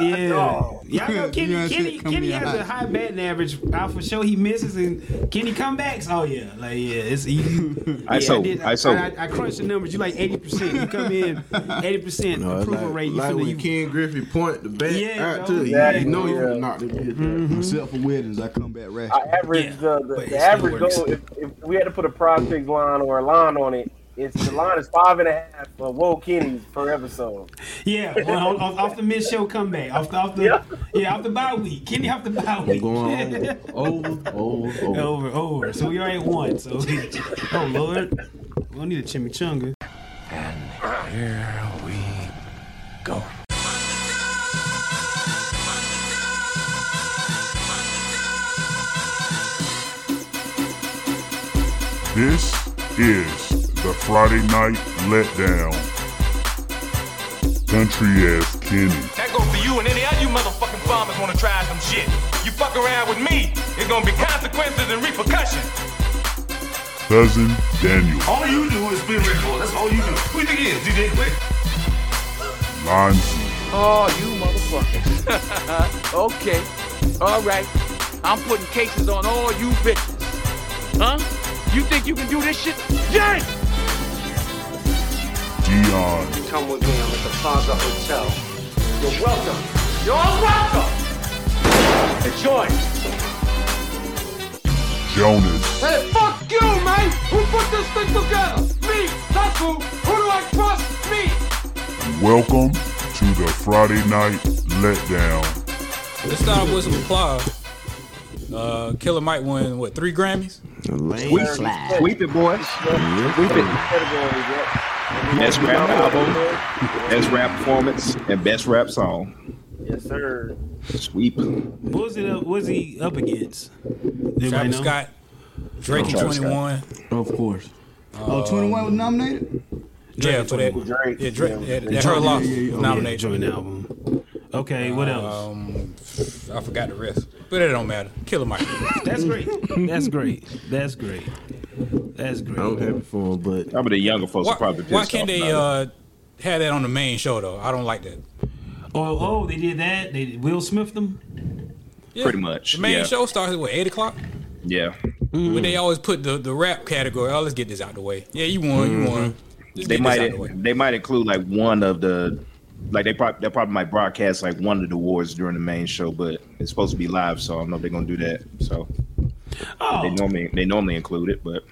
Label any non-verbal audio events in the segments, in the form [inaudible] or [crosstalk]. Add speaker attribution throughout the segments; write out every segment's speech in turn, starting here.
Speaker 1: Yeah, Uh, y'all
Speaker 2: [laughs]
Speaker 1: know Kenny. Kenny, Kenny has a high batting average. I for sure he misses and Kenny comebacks. Oh yeah, like yeah, it's
Speaker 2: [laughs]
Speaker 1: easy.
Speaker 3: I
Speaker 1: yeah,
Speaker 3: sold.
Speaker 1: did-
Speaker 3: I sold.
Speaker 1: I, I crunched the numbers. You like eighty percent. You come in eighty percent
Speaker 2: No, it's
Speaker 1: approval
Speaker 2: like,
Speaker 1: rate. You
Speaker 2: like
Speaker 1: feel
Speaker 2: when
Speaker 1: you
Speaker 2: Ken Griffey point the back
Speaker 1: Yeah, Mm-hmm. though.
Speaker 2: out to you, you
Speaker 4: Exactly,
Speaker 2: know you
Speaker 4: yeah.
Speaker 2: can knock the bitch down.
Speaker 5: Except for weddings, I come back
Speaker 4: I
Speaker 5: rational.
Speaker 4: average
Speaker 1: Yeah,
Speaker 4: uh, the, the,
Speaker 1: but
Speaker 4: the
Speaker 1: it
Speaker 4: average
Speaker 1: still works.
Speaker 4: goal. If, if we had to put a prospect line or a line on it, it's the line is five and a half for Whoa Kenny per episode.
Speaker 1: Yeah, on, off, off the mid show comeback. Off the, off the yeah.
Speaker 4: Yeah.
Speaker 1: off the bye week. Kenny off the bye
Speaker 2: They
Speaker 1: week.
Speaker 2: going over, over, over,
Speaker 1: [laughs]
Speaker 2: over.
Speaker 1: over, over. So we already won. So [laughs] oh Lord. We don't need a chimichanga.
Speaker 6: This is the Friday Night Letdown. Country ass Kenny.
Speaker 7: That goes for you and any other you motherfucking farmers wanna try some shit. You fuck around with me, it's gonna be consequences and repercussions.
Speaker 6: Cousin Daniel.
Speaker 7: All you do is spin records, that's all you do. Who you think it is, DJ Quick?
Speaker 6: Lonzy.
Speaker 8: Oh, you motherfuckers. [laughs] okay. All right. I'm putting cases on all you bitches. Huh? You think you can do this shit? Yes!
Speaker 6: Dion.
Speaker 9: Come with me. I'm at the Plaza Hotel. You're welcome.
Speaker 8: You're welcome! Enjoy!
Speaker 6: Jonas.
Speaker 8: Hey, fuck you, man! Who put this thing together? Me! That's who! Who do I trust? Me!
Speaker 6: Welcome to the Friday Night Letdown.
Speaker 10: Let's start with some applause. Uh, Killer Mike won what three Grammys?
Speaker 2: Lane slide.
Speaker 3: Sweep it, boy. Sweep it.
Speaker 4: Categories, yeah.
Speaker 3: Best rap album, best rap performance, and best rap song.
Speaker 4: Yes, sir.
Speaker 3: Sweep.
Speaker 1: What was it up what was he up against? Anybody
Speaker 10: Travis
Speaker 1: know?
Speaker 10: Scott, Drake and
Speaker 3: Travis
Speaker 10: Twenty
Speaker 3: Scott.
Speaker 10: One.
Speaker 5: Of course.
Speaker 10: Uh,
Speaker 5: oh, 21 was nominated?
Speaker 10: Yeah, for that.
Speaker 4: Drake.
Speaker 10: Yeah, Drake. Yeah, that
Speaker 5: Yeah,
Speaker 10: her loss
Speaker 5: yeah, yeah, yeah.
Speaker 1: Yeah,
Speaker 10: Uh, nominated.
Speaker 1: joint album. Okay, what else?
Speaker 10: Um, I forgot the rest, but it don't matter. Killer Mike.
Speaker 1: That's great.
Speaker 10: Um,
Speaker 1: [laughs] That's great. That's great. That's
Speaker 2: I'm
Speaker 1: great.
Speaker 2: happy for him, but
Speaker 3: Probably the younger folks
Speaker 10: Why,
Speaker 3: are probably pissed
Speaker 10: why can't
Speaker 3: off
Speaker 10: they
Speaker 3: about
Speaker 10: uh, have that on the main show though? I don't like that.
Speaker 1: Oh, oh, they did that. They did Will Smith them.
Speaker 3: it. pretty much.
Speaker 10: The main
Speaker 3: yeah.
Speaker 10: show starts at what eight o'clock.
Speaker 3: Yeah.
Speaker 10: But they always put the, the rap category. Oh, let's get this out the way. Yeah, you won. You won. Let's
Speaker 3: They
Speaker 10: get this out the way.
Speaker 3: might they might include like one of the like they probably they probably might broadcast like one of the awards during the main show, but it's supposed to be live, so I don't know if they're gonna do that. So they
Speaker 1: Oh,
Speaker 3: normally they normally include it, but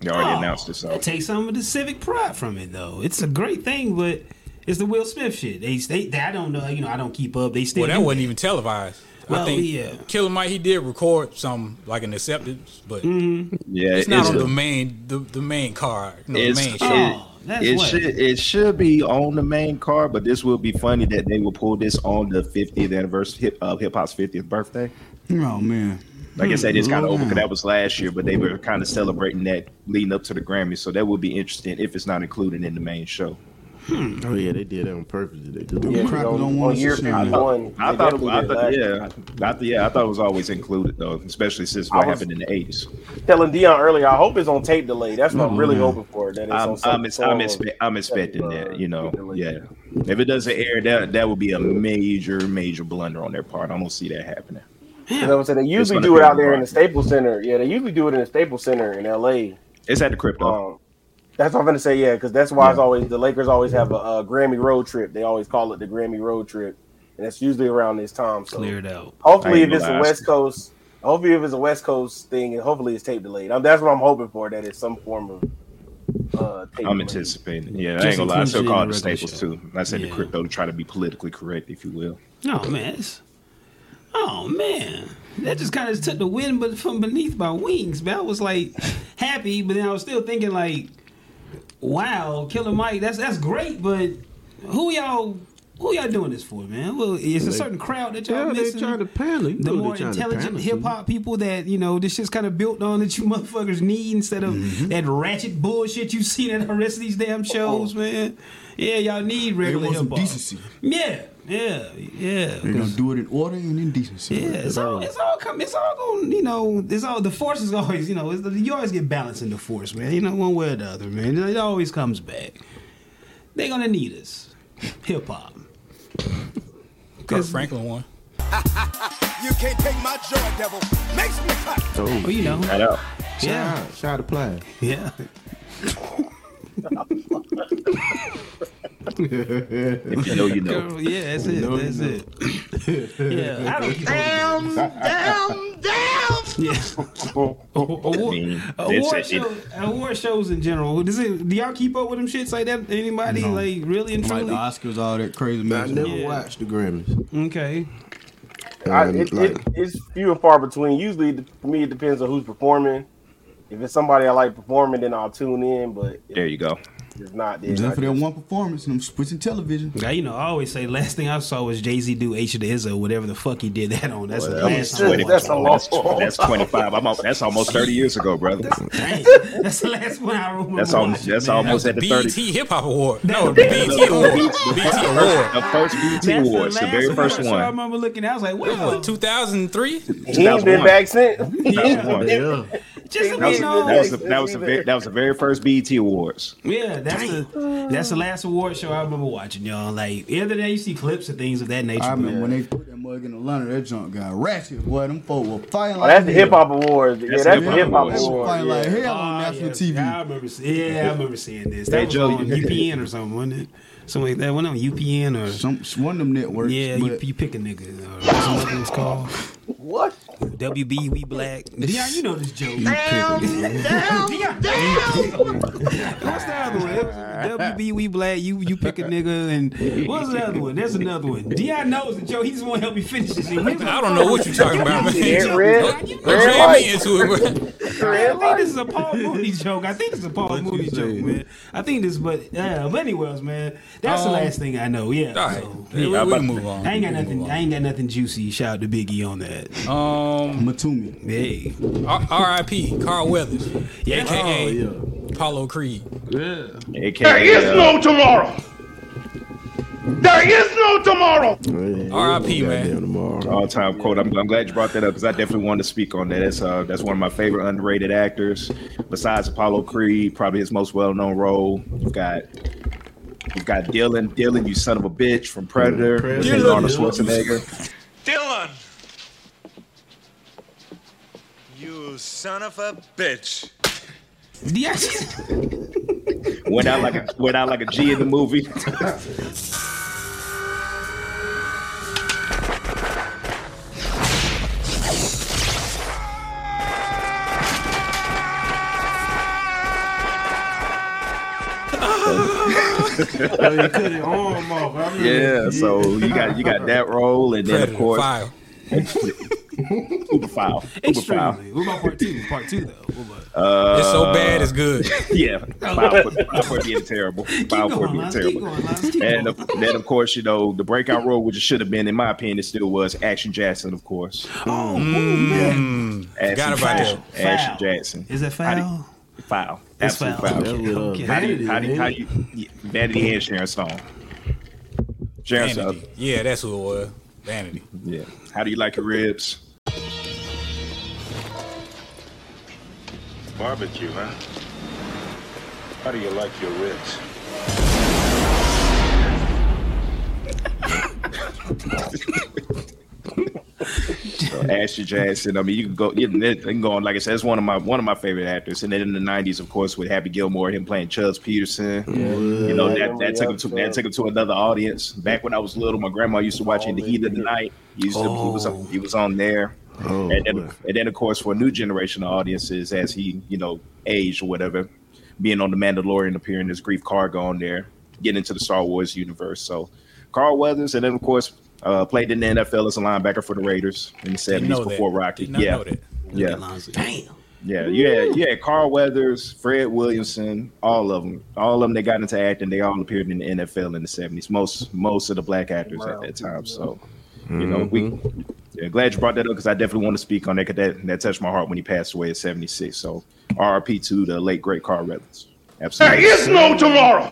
Speaker 3: they
Speaker 10: Oh.
Speaker 3: already announced it. So
Speaker 1: take some of the civic pride from it though. It's a great thing, but it's the Will Smith shit. They, they, they I don't know. You know, I don't keep up. They still.
Speaker 10: Well, that
Speaker 1: do
Speaker 10: wasn't even televised.
Speaker 1: Well,
Speaker 10: I think
Speaker 1: yeah.
Speaker 10: Killer Mike he did record some like an acceptance, but
Speaker 1: Mm-hmm.
Speaker 3: yeah,
Speaker 10: it's not on
Speaker 3: a-
Speaker 10: the main the, the main card. No, the
Speaker 3: It's,
Speaker 10: main
Speaker 3: it,
Speaker 10: show.
Speaker 1: Oh, that's
Speaker 3: it
Speaker 1: what.
Speaker 3: should it should be on the main card, but this will be funny that they will pull this on the 50th anniversary hip uh, hip hop's 50th birthday.
Speaker 5: Oh, man.
Speaker 3: Like I said, it's kind of
Speaker 5: Hmm.
Speaker 3: over because that was last year, but they were kind of celebrating that leading up to the Grammys, so that would be interesting if it's not included in the main show.
Speaker 2: oh yeah, they did that on purpose. They do.
Speaker 5: Them
Speaker 2: Yeah.
Speaker 5: crackers
Speaker 4: on-
Speaker 5: don't
Speaker 4: on
Speaker 5: want us
Speaker 4: year
Speaker 5: to shine.
Speaker 4: fifty one.
Speaker 3: I thought, it, I thought yeah, I thought, yeah, I thought it was always included though, especially since what
Speaker 4: I was-
Speaker 3: happened in the 80s.
Speaker 4: Telling Dion earlier, I hope it's on tape delay. That's what I'm really hoping for. That it's
Speaker 3: Mm-hmm. I'm
Speaker 4: on some
Speaker 3: I'm, ex- I'm,
Speaker 4: form of-
Speaker 3: expe- I'm expecting that, you know,
Speaker 4: Definitely.
Speaker 3: yeah. If it doesn't air, that that would be a major, major blunder on their part. I don't see that happening.
Speaker 4: You know what I'm saying? They usually
Speaker 3: gonna
Speaker 4: do it
Speaker 3: be
Speaker 4: out there in the
Speaker 3: rough.
Speaker 4: Staples Center. Yeah, they usually do it in the Staples Center in L.A.
Speaker 3: It's at the crypto.
Speaker 4: Um, that's what I'm gonna say. Yeah, because that's why it's always the Lakers always have a, uh Grammy road trip. They always call it the Grammy road trip, and it's usually around this time. So
Speaker 1: cleared out.
Speaker 3: I
Speaker 4: hopefully, if
Speaker 3: ain't
Speaker 4: it's
Speaker 3: gonna
Speaker 4: a
Speaker 3: ask.
Speaker 4: West Coast, hopefully if it's a West Coast thing, and hopefully it's tape delayed. Um, that's what I'm hoping for. That it's some form of uh, tape
Speaker 3: I'm
Speaker 4: delay.
Speaker 3: anticipating. Yeah, I
Speaker 1: Just
Speaker 3: ain't gonna lie. I still
Speaker 1: inclusion
Speaker 3: call
Speaker 1: in
Speaker 3: it
Speaker 1: the
Speaker 3: the
Speaker 1: regular
Speaker 3: Staples
Speaker 1: show.
Speaker 3: too. I said
Speaker 1: Yeah.
Speaker 3: the crypto to try to be politically correct, if you will.
Speaker 1: No man. It's, oh man, that just kind of took the wind, but from beneath my wings. But I was like happy, but then I was still thinking like, wow, Killer Mike, that's that's great, but who y'all who y'all doing this for, man? Well, it's a certain crowd that y'all
Speaker 2: Yeah, they
Speaker 1: missing.
Speaker 2: trying to panel. You
Speaker 1: the
Speaker 2: know
Speaker 1: more
Speaker 2: they trying to
Speaker 1: intelligent
Speaker 2: panel
Speaker 1: hip hop people that you know this shit's kind of built on that you [laughs] motherfuckers need instead of
Speaker 5: Mm-hmm.
Speaker 1: that ratchet bullshit you [laughs] seen at the rest of these damn shows, man. Yeah, y'all need
Speaker 5: Oh. They
Speaker 1: regular
Speaker 5: want
Speaker 1: hip
Speaker 5: some
Speaker 1: hop.
Speaker 5: decency.
Speaker 1: Yeah, yeah, yeah.
Speaker 5: They're going to do it in order and in decency.
Speaker 1: Yeah, it's all it's all come it's all going you know it's all the force is always you know it's the, you always get balance in the force man you know one way or the other man it always comes back. They're gonna need us, hip hop.
Speaker 10: Kurt Franklin won.
Speaker 11: You can't take my joy, devil. Makes me cut.
Speaker 1: Oh, you know.
Speaker 3: Shout out.
Speaker 1: Yeah.
Speaker 2: Shout out, shout out to Plier.
Speaker 1: Yeah.
Speaker 3: If you know, you know.
Speaker 1: Girl, yeah, that's it. that's
Speaker 3: [laughs]
Speaker 1: it. yeah. I don't
Speaker 11: Down, down, down.
Speaker 3: [laughs] Oh. mean,
Speaker 1: Award,
Speaker 3: it's- it-
Speaker 1: show, award shows in general. Does it, do y'all keep up with them shits like that? Anybody
Speaker 5: No.
Speaker 1: like really and
Speaker 5: Like
Speaker 1: truly?
Speaker 5: the Oscars, all that crazy
Speaker 2: I
Speaker 5: mess.
Speaker 2: never
Speaker 1: Yeah.
Speaker 2: watched the Grammys.
Speaker 1: okay.
Speaker 4: I,
Speaker 2: Um,
Speaker 4: it,
Speaker 2: like,
Speaker 4: it, it's few and far between. Usually, it- for me, it depends on who's performing. If it's somebody I like performing, then I'll tune in. But
Speaker 3: There you go.
Speaker 4: if it's not, then
Speaker 5: Just
Speaker 4: I
Speaker 5: for that
Speaker 4: just-
Speaker 5: one performance, and I'm switching television.
Speaker 1: Now, you know, I always say last thing I saw was Jay Z do H to the Izzo, whatever the fuck he did that on. That's the
Speaker 3: Well, that was
Speaker 1: last time. I
Speaker 3: 20
Speaker 1: watched.
Speaker 4: That's a long time.
Speaker 3: That's 25. I'm al- that's almost 30 years ago, brother.
Speaker 1: Dang, that's the last one I remember.
Speaker 3: That's al-
Speaker 1: watching,
Speaker 3: that's
Speaker 1: man.
Speaker 10: That was
Speaker 3: almost
Speaker 10: the E
Speaker 3: at the
Speaker 10: BET
Speaker 3: 30.
Speaker 10: Hip Hop Award. [laughs] No, the BET Award. BET Award.
Speaker 3: The first BT
Speaker 1: That's
Speaker 3: Awards, the very
Speaker 1: last
Speaker 3: first
Speaker 1: one. So I
Speaker 3: one.
Speaker 1: remember looking. I was like,
Speaker 10: That
Speaker 1: wow.
Speaker 10: was 2003.
Speaker 4: he ain't been
Speaker 3: 2001.
Speaker 4: back since. [laughs] He ain't
Speaker 3: 2001.
Speaker 4: been-
Speaker 2: yeah.
Speaker 1: Just so
Speaker 3: That was,
Speaker 1: we know.
Speaker 3: that was, the, that, was the, very- that was the very first BT Awards.
Speaker 1: Yeah, that's the that's the last award show I remember watching, y'all. Like the other day, you see clips and things of that nature.
Speaker 5: I
Speaker 1: but-
Speaker 5: remember when they put that mug in Atlanta, that junk got ratchet. Boy, them folk were fighting
Speaker 4: Oh,
Speaker 5: like
Speaker 4: that's the
Speaker 5: hell.
Speaker 4: hip hop awards. Yeah,
Speaker 3: That's
Speaker 4: that's
Speaker 3: the
Speaker 4: the
Speaker 3: hip-hop
Speaker 4: hip hop
Speaker 5: They were
Speaker 4: awards.
Speaker 5: fighting like
Speaker 4: yeah.
Speaker 5: hell on
Speaker 1: Ah,
Speaker 5: national
Speaker 1: yes.
Speaker 5: TV.
Speaker 1: Yeah, I remember. se- Yeah, I remember seeing this. That
Speaker 3: Hey,
Speaker 1: was
Speaker 3: Joe,
Speaker 1: on
Speaker 3: you-
Speaker 1: UPN or something, wasn't it? Something like that. Went on UPN or
Speaker 5: Some one of them networks.
Speaker 1: yeah, you,
Speaker 5: but
Speaker 1: you pick a nigga uh, or something it's called.
Speaker 4: What?
Speaker 1: WB, we black. Deion, you know this joke. [laughs] What's the other one? WB, we black. You you pick a nigga and what's the other one? There's another one. Deion knows it, Joe. He just want to help me finish this. Thing.
Speaker 10: I don't know what you're talking about, man.
Speaker 4: Red,
Speaker 10: Don't-
Speaker 4: red,
Speaker 10: don't
Speaker 4: red
Speaker 10: jam
Speaker 4: light.
Speaker 10: me into it, bro.
Speaker 1: I think this is a Paul Mooney joke. I think this is a Paul
Speaker 5: you
Speaker 1: Mooney joke,
Speaker 5: say?
Speaker 1: man. I think this, but yeah, but anyways, man, that's the
Speaker 10: Um,
Speaker 1: last thing I know. Yeah,
Speaker 10: All right,
Speaker 1: so,
Speaker 10: we, we,
Speaker 3: I'm
Speaker 10: we
Speaker 3: about-
Speaker 10: can move on.
Speaker 1: I ain't got
Speaker 10: We can
Speaker 1: nothing.
Speaker 10: move
Speaker 1: I ain't got nothing juicy. Shout out to Biggie on that.
Speaker 10: on. Um,
Speaker 5: Matumi.
Speaker 1: Hey,
Speaker 10: R- R.I.P. Carl Weathers,
Speaker 1: yeah,
Speaker 10: aka
Speaker 2: yeah.
Speaker 10: Apollo Creed.
Speaker 3: AKA, uh,
Speaker 11: tomorrow. There is no tomorrow.
Speaker 10: R.I.P., man.
Speaker 2: Goddamn Tomorrow.
Speaker 3: all time quote. I'm, I'm glad you brought that up because I definitely wanted to speak on that. That's uh, that's one of my favorite underrated actors. Besides Apollo Creed, probably his most well known role. You've got you've got Dylan, Dylan, you son of a bitch from Predator,
Speaker 2: Predator.
Speaker 3: Dylan Arnold Schwarzenegger.
Speaker 7: Dylan! You son of a bitch.
Speaker 1: yeah.
Speaker 3: Went out like a went out like a G in the movie.
Speaker 2: Oh, you cut your arm off. I remember.
Speaker 3: yeah, so you got you got that role, and then of
Speaker 10: Predator,
Speaker 3: course
Speaker 10: file.
Speaker 3: Uber File, Uber File.
Speaker 1: extremely. What about part two? Part two though. What about?
Speaker 10: it's so bad, it's good.
Speaker 3: Yeah, file for, file for being terrible. File
Speaker 1: keep
Speaker 3: for
Speaker 1: going,
Speaker 3: being
Speaker 1: Lance, keep
Speaker 3: terrible.
Speaker 1: going, Lance, keep
Speaker 3: And
Speaker 1: going.
Speaker 3: of, then, of course, you know, the breakout role, which it should have been, in my opinion, it still was Action Jackson, of course.
Speaker 1: Oh, ooh, man.
Speaker 3: Action
Speaker 10: Forgot about
Speaker 3: Jackson.
Speaker 1: that.
Speaker 3: Action
Speaker 1: Foul.
Speaker 3: Jackson.
Speaker 1: Is that
Speaker 3: How do-
Speaker 1: foul?
Speaker 3: Foul.
Speaker 1: It's
Speaker 3: Absolute
Speaker 1: foul.
Speaker 3: foul.
Speaker 2: That was, uh,
Speaker 1: Okay.
Speaker 3: How do you, how do you, how
Speaker 2: Vanity,
Speaker 3: do you, yeah, Vanity and Sharon Stone. Sharon Stone.
Speaker 10: Vanity. Yeah, that's who it was. Vanity.
Speaker 3: Yeah. How do you like your ribs?
Speaker 6: Barbecue, huh? How do you like your ribs?
Speaker 3: Ashley Jackson. I mean, you can go, you can, they can go on. Like I said, it's one of my one of my favorite actors. And then in the '90s, of course, with Happy Gilmore, him playing Chubbs Peterson. You know,
Speaker 2: oh,
Speaker 3: that, that took him to that took him to another audience. Back when I was little, my grandma used to watch In the Heat of the Night. He used to, he was on, he was on there.
Speaker 2: Oh,
Speaker 3: and then,
Speaker 2: boy.
Speaker 3: and then, of course, for a new generation of audiences, as he you know aged or whatever, being on the Mandalorian, appearing as Grief Cargo on there, getting into the Star Wars universe. So, Carl Weathers, and then of course, uh, played in the NFL as a linebacker for the Raiders in the
Speaker 10: Didn't
Speaker 3: seventies
Speaker 10: know that.
Speaker 3: before Rocky.
Speaker 10: Did not
Speaker 3: yeah,
Speaker 10: know that.
Speaker 3: yeah,
Speaker 1: Damn.
Speaker 3: yeah, yeah, yeah. Carl Weathers, Fred Williamson, all of them, all of them. They got into acting. They all appeared in the NFL in the seventies. Most most of the black actors at that time. So, you know, we. Yeah, glad you brought that up because I definitely want to speak on that. 'cause that that touched my heart when he passed away at seventy six. So, R.R.P. to the late great Carl Weathers. Absolutely.
Speaker 11: is no tomorrow.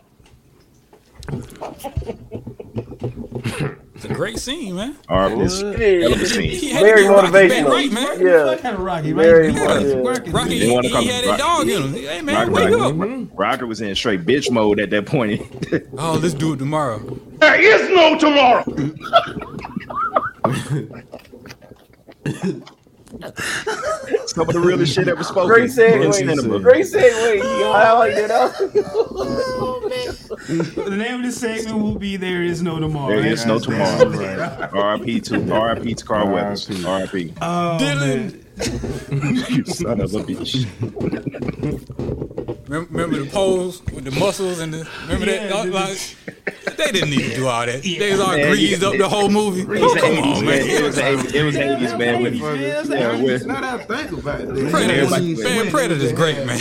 Speaker 10: It's a great scene, man.
Speaker 3: R.R.P. is
Speaker 4: Yeah.
Speaker 3: scene.
Speaker 10: He had
Speaker 4: Very
Speaker 10: to get Rocky back
Speaker 4: motivational.
Speaker 10: right, man.
Speaker 1: Fuck
Speaker 4: Yeah.
Speaker 1: out of Rocky, right?
Speaker 4: Very
Speaker 1: Yeah,
Speaker 4: much,
Speaker 1: it's
Speaker 4: yeah.
Speaker 1: working.
Speaker 10: Rocky,
Speaker 3: They
Speaker 10: he,
Speaker 3: wanna come-
Speaker 10: had a
Speaker 3: Rock-
Speaker 10: dog in him. Hey, man,
Speaker 3: Rock-
Speaker 10: wake
Speaker 3: Rock-
Speaker 10: up.
Speaker 3: Rocker was in straight bitch mode at that point. [laughs]
Speaker 10: Oh, let's do it tomorrow.
Speaker 11: There is no tomorrow.
Speaker 3: Some of the realest shit ever spoken.
Speaker 4: Great
Speaker 3: in
Speaker 4: segue.
Speaker 3: cinema.
Speaker 4: Great segue. You highlight that [laughs] up.
Speaker 1: the name of the segment will be "There Is No Tomorrow."
Speaker 3: There
Speaker 1: Right?
Speaker 3: is no tomorrow. RIP to RIP to Carl Weathers. RIP.
Speaker 1: Oh, man.
Speaker 3: you son of a bitch.
Speaker 10: Remember, remember the poles with the muscles and the remember that?
Speaker 1: Yeah, dude.
Speaker 10: Like, they didn't need to do all that. They was all
Speaker 3: Man,
Speaker 10: greased
Speaker 3: yeah,
Speaker 10: up the whole movie.
Speaker 3: It was the
Speaker 10: Come on,
Speaker 3: 80s, man.
Speaker 10: man.
Speaker 3: It was the 80s, it was the 80s, man. With, yeah, with,
Speaker 2: Now that I think about it,
Speaker 10: Predators,
Speaker 3: Everybody-
Speaker 10: man, Predators great, man.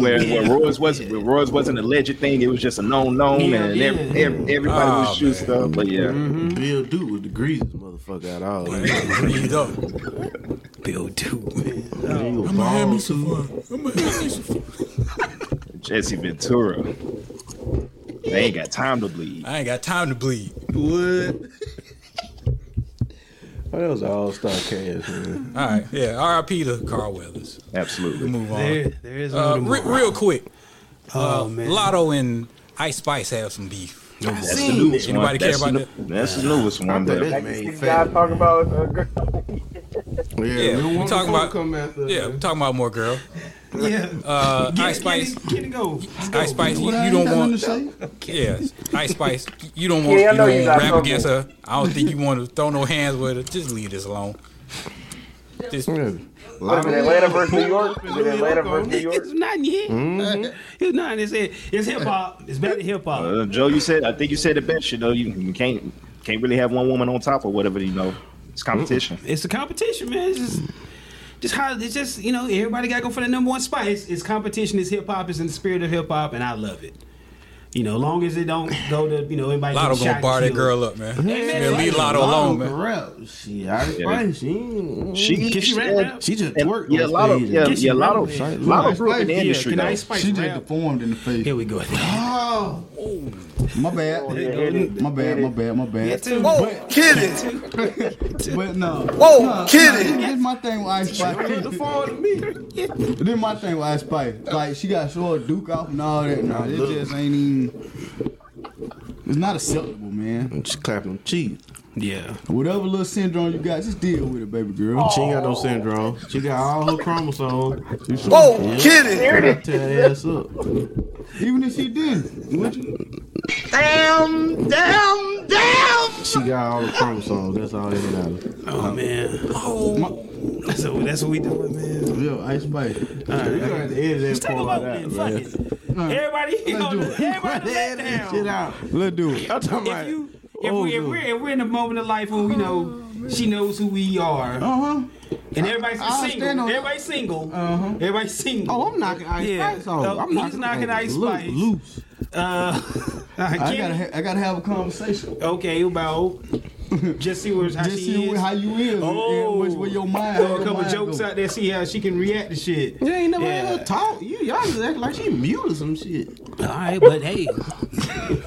Speaker 3: where, where Roy's wasn't where Roy's wasn't a legend thing. It was just a known known, and
Speaker 1: Yeah,
Speaker 3: every, every, everybody
Speaker 10: Oh,
Speaker 3: was shoot stuff. But yeah,
Speaker 2: Bill Duke was the greasiest motherfucker out of all. of them.
Speaker 10: Greased up.
Speaker 1: Bill Duke, man.
Speaker 2: He was
Speaker 10: I'm gonna have me
Speaker 2: bald,
Speaker 10: some fun. I'm gonna have me some fun.
Speaker 3: Jesse Ventura. They ain't got time to bleed.
Speaker 10: I ain't got time to bleed.
Speaker 2: What? Oh, that was an all-star cast, man.
Speaker 10: All right, yeah. R.I.P. to Carl Weathers. We
Speaker 3: Absolutely.
Speaker 10: move on.
Speaker 1: There, there is no
Speaker 10: Uh, re-
Speaker 1: tomorrow.
Speaker 10: real quick,
Speaker 1: oh man,
Speaker 10: Lotto and Ice Spice have some beef.
Speaker 3: That's the newest one.
Speaker 10: Anybody care
Speaker 3: That's, the,
Speaker 10: about
Speaker 3: new- that's the newest one.
Speaker 2: bet
Speaker 3: But
Speaker 2: that-
Speaker 4: These guys talk about uh, girl-
Speaker 2: Yeah,
Speaker 10: Yeah,
Speaker 2: we
Speaker 10: we
Speaker 2: want
Speaker 10: talking
Speaker 2: the
Speaker 10: about-
Speaker 2: folk come after.
Speaker 10: Yeah, we're talking about more girl.
Speaker 1: yeah.
Speaker 10: Uh,
Speaker 1: Get
Speaker 10: Ice
Speaker 1: it,
Speaker 10: Spice,
Speaker 1: get it, get it go.
Speaker 10: Ice Spice, you,
Speaker 5: What I
Speaker 10: you
Speaker 5: ain't
Speaker 10: don't
Speaker 5: got
Speaker 10: want.
Speaker 5: nothing to say?
Speaker 10: Yeah, Ice Spice, you don't want
Speaker 4: Yeah, I
Speaker 10: you
Speaker 4: know you got
Speaker 10: don't want to rap
Speaker 4: trouble.
Speaker 10: against her. I don't think you want to throw no hands with her. Just leave this alone. Just
Speaker 2: Yeah.
Speaker 4: what is it, Atlanta versus New York? Is it Atlanta versus New York?
Speaker 1: It's not yet. It's not. It's it's hip hop. It's better hip hop.
Speaker 3: uh, Joe, you said I think you said the best. You know, you, you can't can't really have one woman on top or whatever. You know, it's competition.
Speaker 1: It's a competition, man. It's just. Just how it's just you know everybody got to go for the number one spot. It's, it's competition. It's hip hop. It's in the spirit of hip hop, and I love it. You know, long as it don't go to you know everybody.
Speaker 10: Lotto
Speaker 1: getting shot
Speaker 10: gonna
Speaker 1: and
Speaker 10: bar that
Speaker 1: killed.
Speaker 10: girl up, man.
Speaker 1: man,
Speaker 10: Man, leave
Speaker 1: that's
Speaker 10: Lotto alone, man.
Speaker 5: Corrupt. She, I
Speaker 3: Yeah.
Speaker 5: right, she, ain't-
Speaker 3: She
Speaker 1: Can she
Speaker 3: she,
Speaker 1: rap now?
Speaker 5: she just
Speaker 3: and-
Speaker 5: worked.
Speaker 3: yeah, a lot of yeah,
Speaker 1: Get
Speaker 3: yeah, a
Speaker 1: you
Speaker 3: lot of
Speaker 1: rolling.
Speaker 3: a lot of group in the
Speaker 5: Yeah,
Speaker 3: industry.
Speaker 1: can I
Speaker 3: though.
Speaker 1: spice
Speaker 5: She
Speaker 1: rap?
Speaker 5: just deformed in the face.
Speaker 1: Here we
Speaker 5: [laughs]
Speaker 1: go.
Speaker 5: Oh, my bad. my bad. My bad. My bad.
Speaker 11: Whoa, kid it.
Speaker 5: But no.
Speaker 11: Whoa,
Speaker 5: no,
Speaker 11: kidding.
Speaker 5: no, Here's my thing with Ice Spice. Then my thing with Ice Spice. Like she got short Duke off and all that. No, it just ain't even. It's not acceptable, man.
Speaker 2: She clapping cheek.
Speaker 1: Yeah.
Speaker 5: Whatever little syndrome you got, just deal with it, baby girl.
Speaker 2: She ain't got no syndrome. She got all her chromosomes. She should-
Speaker 11: Whoa, kid it.
Speaker 2: Yeah, Tear that ass up.
Speaker 5: Even if she did, would you?
Speaker 2: Damn, damn, damn. She got all the chromosomes. That's all that matters.
Speaker 1: Oh man. Oh. That's what, that's what we doing, man.
Speaker 5: Yo, Ice Spice.
Speaker 2: We're gonna have to edit that
Speaker 1: Take a
Speaker 2: part
Speaker 1: vote,
Speaker 2: out,
Speaker 1: man.
Speaker 2: man.
Speaker 1: Fuck it. Everybody, you know,
Speaker 5: Let's do it. [laughs]
Speaker 1: everybody let down.
Speaker 2: Shit out. Let's do it. I'm talking
Speaker 1: if
Speaker 2: about.
Speaker 1: you if, we, if, we're, if we're in a moment of life where we know she knows who we
Speaker 2: Oh,
Speaker 1: are
Speaker 5: Uh huh.
Speaker 1: and everybody's
Speaker 5: Oh, I- I understand
Speaker 1: single
Speaker 5: on-
Speaker 1: everybody's single
Speaker 5: Uh-huh.
Speaker 1: everybody's single
Speaker 5: Oh, I'm knocking Ice
Speaker 1: Yeah.
Speaker 5: Spice off.
Speaker 1: Oh,
Speaker 5: I'm
Speaker 1: he's
Speaker 5: knocking,
Speaker 1: knocking Ice
Speaker 5: Loo-
Speaker 1: Spice.
Speaker 5: Loose.
Speaker 1: uh, [laughs]
Speaker 5: I gotta, ha- I gotta have a conversation.
Speaker 1: okay about just see where how
Speaker 5: Just
Speaker 1: she
Speaker 5: see
Speaker 1: is
Speaker 5: how you is.
Speaker 1: Oh.
Speaker 5: and which way your mind.
Speaker 1: throw
Speaker 5: your
Speaker 1: a couple
Speaker 5: mind
Speaker 1: jokes
Speaker 5: go.
Speaker 1: out there see how she can react to shit
Speaker 2: You ain't never
Speaker 1: Yeah.
Speaker 2: had her talk. You y'all just acting like she mute or some shit.
Speaker 1: all right but hey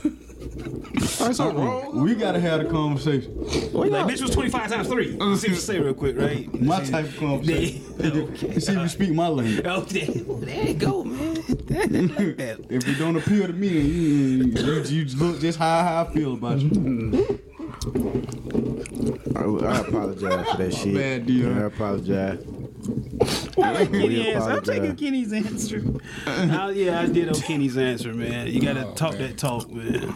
Speaker 2: That's so wrong.
Speaker 5: Uh-uh. We gotta have a conversation.
Speaker 1: like bitch was 25 times 3 let's see what you say real quick
Speaker 5: [laughs]
Speaker 1: right [laughs]
Speaker 5: My type of conversation.
Speaker 1: Okay.
Speaker 5: See if you speak my language.
Speaker 1: oh there, there you go man
Speaker 5: If it don't appeal to me, you, you, you look just how, how I feel about you.
Speaker 2: I, I apologize for that shit.
Speaker 5: bad, Dion.
Speaker 2: Yeah, I apologize.
Speaker 1: I like Kenny's
Speaker 2: We
Speaker 1: answer. I'm
Speaker 2: apologize.
Speaker 1: taking Kenny's answer. [laughs] Uh, yeah, I did on Kenny's answer, man. You gotta talk that talk, man.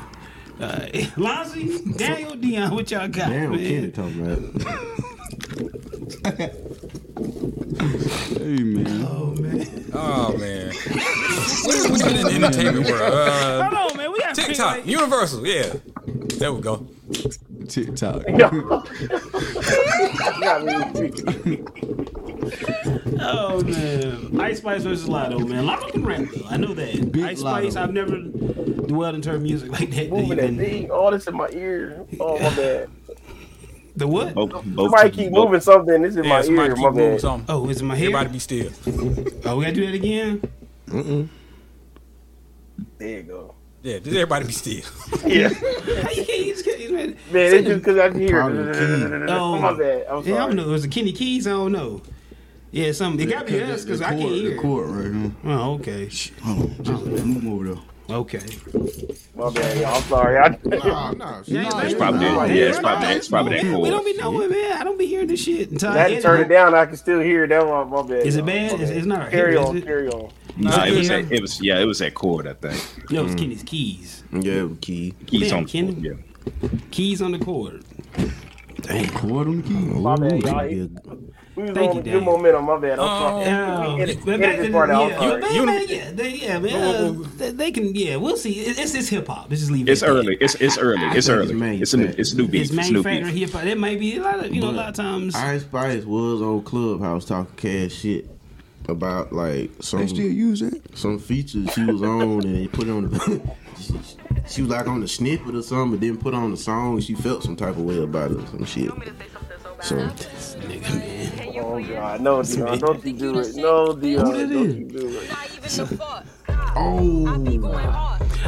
Speaker 1: All right. [laughs] Lonzy, Daniel, Dion, what y'all got,
Speaker 2: Damn,
Speaker 1: man?
Speaker 2: Kenny talking about.
Speaker 5: Hey man.
Speaker 1: Oh man.
Speaker 10: Oh man, What- what's been in the entertainment world? Uh,
Speaker 1: Hold on, man. We got
Speaker 10: TikTok, Universal, yeah. There we go.
Speaker 5: TikTok.
Speaker 1: Oh man. Ice Spice versus Lotto, man. Lotto can rap though. I know that.
Speaker 5: Big
Speaker 1: Ice Spice,
Speaker 5: Lotto.
Speaker 1: I've never dwelled into her music like that.
Speaker 4: Moving that
Speaker 1: Even-
Speaker 4: thing, all this in my ear. Oh
Speaker 1: [laughs]
Speaker 4: my bad.
Speaker 1: The what?
Speaker 3: Both, both,
Speaker 4: Somebody keep
Speaker 3: both-
Speaker 4: moving something. This is
Speaker 10: Yeah,
Speaker 4: my
Speaker 10: somebody
Speaker 4: ear.
Speaker 10: keep
Speaker 4: My
Speaker 10: moving
Speaker 4: bad.
Speaker 10: something.
Speaker 1: Oh, is it my hair?
Speaker 10: Everybody be still.
Speaker 1: Oh, we gotta do that again?
Speaker 4: There you go.
Speaker 10: Yeah, just everybody be still.
Speaker 4: Yeah,
Speaker 1: How you can't use Kenny's, man?
Speaker 4: man. It's just because I can hear.
Speaker 2: Probably key.
Speaker 4: Oh [laughs] my bad. I'm
Speaker 1: Yeah, I don't know.
Speaker 4: sorry.
Speaker 1: It was the Kenny Keys. I don't know. Yeah, something. It got to be us because I can't
Speaker 5: The
Speaker 1: hear.
Speaker 5: cord right here.
Speaker 1: Oh, okay.
Speaker 5: Hold on, just move over there.
Speaker 1: Okay.
Speaker 4: My bad, y'all. I'm sorry. I, [laughs]
Speaker 1: Nah, nah, she- Nah,
Speaker 3: It's probably
Speaker 1: nah,
Speaker 3: that, yeah, it's probably that, it's probably that
Speaker 1: We
Speaker 3: cold.
Speaker 1: don't be knowing, man. I don't be hearing this shit until
Speaker 4: I had
Speaker 1: I
Speaker 4: to
Speaker 1: get
Speaker 4: turn it down. I can still hear it. That one, my bad.
Speaker 1: Is it
Speaker 4: y'all.
Speaker 1: bad?
Speaker 4: My
Speaker 1: It's- it's not
Speaker 4: Carry
Speaker 1: heavy,
Speaker 4: on.
Speaker 1: is it?
Speaker 4: Carry on.
Speaker 3: Nah, it was
Speaker 1: Yeah.
Speaker 3: that, it was yeah, it was that chord, I think.
Speaker 1: No, it's Kenny's keys.
Speaker 3: Yeah, key. Keys
Speaker 1: Damn,
Speaker 3: on
Speaker 1: Kenny.
Speaker 3: yeah.
Speaker 1: Keys on the cord.
Speaker 5: Dang, cord on the key.
Speaker 4: My bad, y'all. We was
Speaker 1: Thank
Speaker 4: on
Speaker 1: you,
Speaker 4: good
Speaker 1: Dad.
Speaker 4: momentum. My bad. I'm
Speaker 10: Oh,
Speaker 4: sorry.
Speaker 1: Yeah,
Speaker 4: We edit-
Speaker 1: but
Speaker 4: edit
Speaker 1: back
Speaker 4: this
Speaker 1: in-
Speaker 4: part out. I'm
Speaker 1: yeah,
Speaker 4: sorry.
Speaker 1: but- but- but- yeah, they, yeah, man, uh, they, they can. Yeah, we'll see. It- It's it's hip hop. It's just leave. it.
Speaker 3: It's early. It's it's early. It's
Speaker 5: think it's
Speaker 3: early. It's a new, it's new beef.
Speaker 1: It's
Speaker 3: It's, new Mm. beef.
Speaker 1: manufacturing hip hop. It may be a lot of you know a
Speaker 5: But
Speaker 1: lot of times.
Speaker 5: Ice Spice was on Clubhouse talking cash shit about like some
Speaker 2: still use
Speaker 5: it. Some features she was on and they put it on the [laughs] she, she was like on the snippet or something, but then put on the song. She felt some type of way about it or some shit. So
Speaker 4: Oh God, no, Dion, don't you do it. No, Dion,
Speaker 5: Who that
Speaker 4: don't
Speaker 5: is?
Speaker 4: you do it.
Speaker 1: All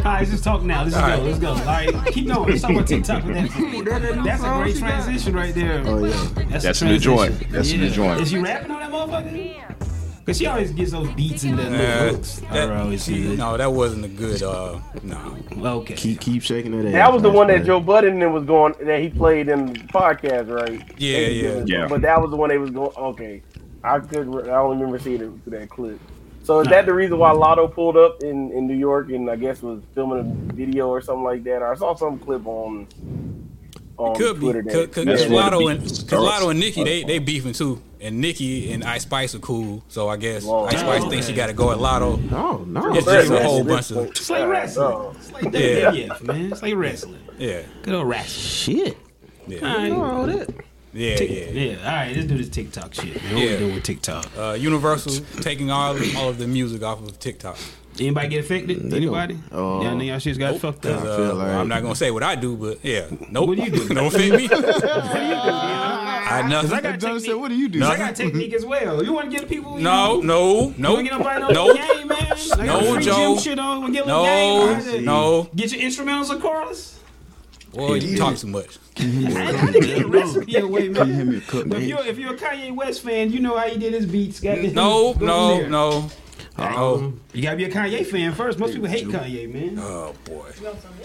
Speaker 1: right, just talk now. Let's go. Let's go. All right, keep going. Let's talk about TikTok. With [laughs] that. That's a great transition right there. Oh yeah,
Speaker 3: That's, a new joint. That's a new
Speaker 1: Is
Speaker 3: joint.
Speaker 1: she rapping on that motherfucker? Cause she always gets those beats in that
Speaker 10: Nah,
Speaker 1: little hooks.
Speaker 10: that- no, that wasn't a good. Uh, no.
Speaker 1: Okay.
Speaker 5: keep keep shaking that ass.
Speaker 4: That was the
Speaker 5: Ice
Speaker 4: one that
Speaker 5: Spice.
Speaker 4: Joe Budden then was going that he played in the podcast, right?
Speaker 10: Yeah,
Speaker 4: They
Speaker 10: yeah.
Speaker 4: did,
Speaker 10: Yeah.
Speaker 4: But that was the one they was going. Okay, I could. re- I don't remember seeing it, that clip. So is that the reason why Lotto pulled up in, in New York and I guess was filming a video or something like that? I saw some clip on on
Speaker 10: Could be
Speaker 4: Twitter. that-
Speaker 10: because
Speaker 4: that-
Speaker 10: Lotto and because Lotto and Nikki they they beefing too, and Nikki and Ice Spice are cool. So I guess Ice Spice thinks she got to go at Lotto.
Speaker 5: Oh no,
Speaker 10: it's just a whole bunch of
Speaker 1: It's like wrestling. It's like
Speaker 10: Yeah.
Speaker 1: WWF, man. It's like wrestling.
Speaker 10: yeah,
Speaker 1: Good old wrestling. Shit. All right.
Speaker 10: All
Speaker 1: that.
Speaker 10: yeah, yeah.
Speaker 1: Yeah. All right. Let's do this TikTok shit. Man. What we
Speaker 10: Yeah.
Speaker 1: doing with TikTok?
Speaker 10: Uh, Universal taking all all of the music off of TikTok.
Speaker 1: Anybody get affected? Anybody?
Speaker 10: Uh,
Speaker 1: y'all know y'all shit's got fucked up.
Speaker 10: 'Cause, uh, I'm not gonna say what I do, but yeah, nope.
Speaker 1: What do you do?
Speaker 10: [laughs] Don't fit
Speaker 1: [laughs]
Speaker 10: me.
Speaker 1: I [laughs]
Speaker 10: nothing.
Speaker 1: I got technique.
Speaker 5: what do you
Speaker 10: do?
Speaker 1: I got technique as well. You want to get people? you
Speaker 10: No,
Speaker 1: know,
Speaker 10: no, no,
Speaker 1: You wanna get nobody on
Speaker 10: no,
Speaker 1: the game, man? Like,
Speaker 10: No,
Speaker 1: free gym
Speaker 10: Joe.
Speaker 1: Shit on. Wanna Get a little
Speaker 10: no,
Speaker 1: game, right?
Speaker 10: no.
Speaker 1: Get your instrumentals across.
Speaker 10: Well, you talk too much.
Speaker 1: I didn't get the recipe away, man. But if
Speaker 10: No,
Speaker 1: you're, if you're a Kanye West fan, you know how he did his beats. Goddamn. Go from
Speaker 10: no,
Speaker 1: there. Um,
Speaker 10: no.
Speaker 1: No. You gotta be a Kanye fan first. Most people hate Kanye, man.
Speaker 10: Oh boy.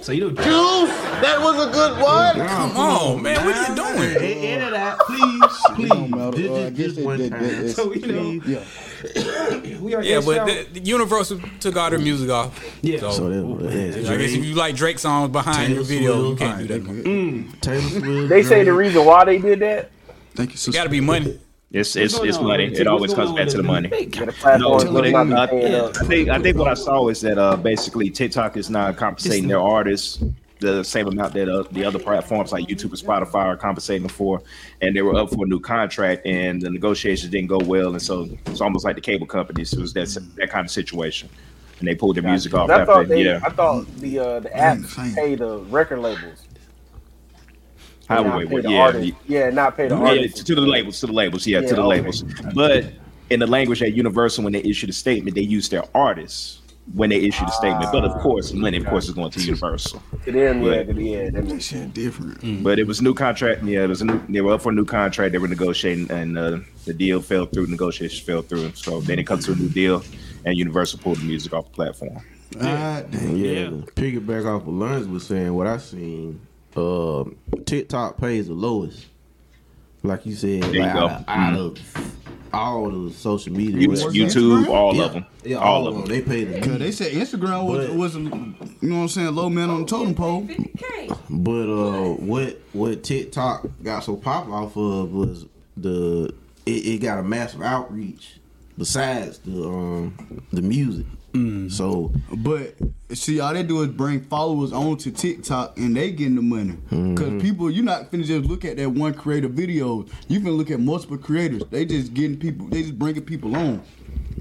Speaker 1: So you know.
Speaker 2: Juice, that was a good one.
Speaker 1: Come
Speaker 10: on, man. What are you doing?
Speaker 2: Edit
Speaker 5: out, please, please.
Speaker 2: uh, This is one time.
Speaker 1: So you know. we are
Speaker 10: Yeah,
Speaker 1: just
Speaker 10: but
Speaker 1: out-
Speaker 10: the, the Universal took all their music off. Yeah. So,
Speaker 5: So that- yeah,
Speaker 10: I guess if you like Drake songs behind your video, you can't do that.
Speaker 2: Mm.
Speaker 5: Taylor Swift.
Speaker 4: They say the reason why they did that.
Speaker 5: Thank you.
Speaker 10: It got to be money.
Speaker 3: It's it's
Speaker 4: going
Speaker 3: it's
Speaker 4: on
Speaker 3: money.
Speaker 4: with
Speaker 3: It
Speaker 4: it?
Speaker 3: always
Speaker 4: What's
Speaker 3: comes
Speaker 4: going
Speaker 3: back
Speaker 4: on
Speaker 3: to the money.
Speaker 4: The
Speaker 3: No,
Speaker 4: platform
Speaker 3: what
Speaker 4: is
Speaker 3: it-
Speaker 4: not
Speaker 3: I,
Speaker 4: paying up.
Speaker 3: I think I think what I saw is that uh, basically TikTok is not compensating their artists the same amount that uh, the other platforms like YouTube and Spotify are compensating them for, and they were up for a new contract, and the negotiations didn't go well, and so it's almost like the cable companies. It was that that kind of situation, and they pulled their music off.
Speaker 4: I
Speaker 3: After,
Speaker 4: thought they,
Speaker 3: yeah,
Speaker 4: I thought the uh, the app pay the record labels.
Speaker 3: Highway
Speaker 4: Not
Speaker 3: Wave,
Speaker 4: pay the
Speaker 3: yeah,
Speaker 4: artist. yeah, not pay the
Speaker 3: Yeah,
Speaker 4: artist.
Speaker 3: to the labels, to the labels, yeah,
Speaker 4: Yeah,
Speaker 3: to the
Speaker 4: okay.
Speaker 3: labels. But in the language at Universal, when they issued a statement, they used their artists when they issued a statement. But of course, money, of course, is going to Universal.
Speaker 4: To them, yeah,
Speaker 3: But-
Speaker 4: to the, yeah, that makes sense.
Speaker 5: different.
Speaker 3: But it was new contract. Yeah, it was a new. They were up for a new contract. They were negotiating, and uh, the deal fell through. Negotiations fell through. So then it comes to a new deal, and Universal pulled the music off the platform.
Speaker 5: Yeah. yeah. Piggyback off what Lawrence was saying, what I seen, um, TikTok pays the lowest. Like you said,
Speaker 3: you
Speaker 5: like,
Speaker 3: go. Mm.
Speaker 5: out, of, out of all the social media,
Speaker 3: You-
Speaker 5: websites.
Speaker 3: YouTube, all of
Speaker 5: Yeah.
Speaker 3: them.
Speaker 5: yeah,
Speaker 3: All
Speaker 5: all,
Speaker 3: of
Speaker 5: of them. They pay the
Speaker 3: Cause
Speaker 5: least.
Speaker 3: they
Speaker 5: said
Speaker 2: Instagram was, was, you know what I'm saying, low man on the totem pole.
Speaker 5: But uh, what what TikTok got so popular off of was the it, it got a massive outreach besides the um the music. So,
Speaker 2: but see, all they do is bring followers onto TikTok and they getting the money. Cause people, you're not finna just look at that one creative video. You finna look at multiple creators. They just getting people. They just bringing people on.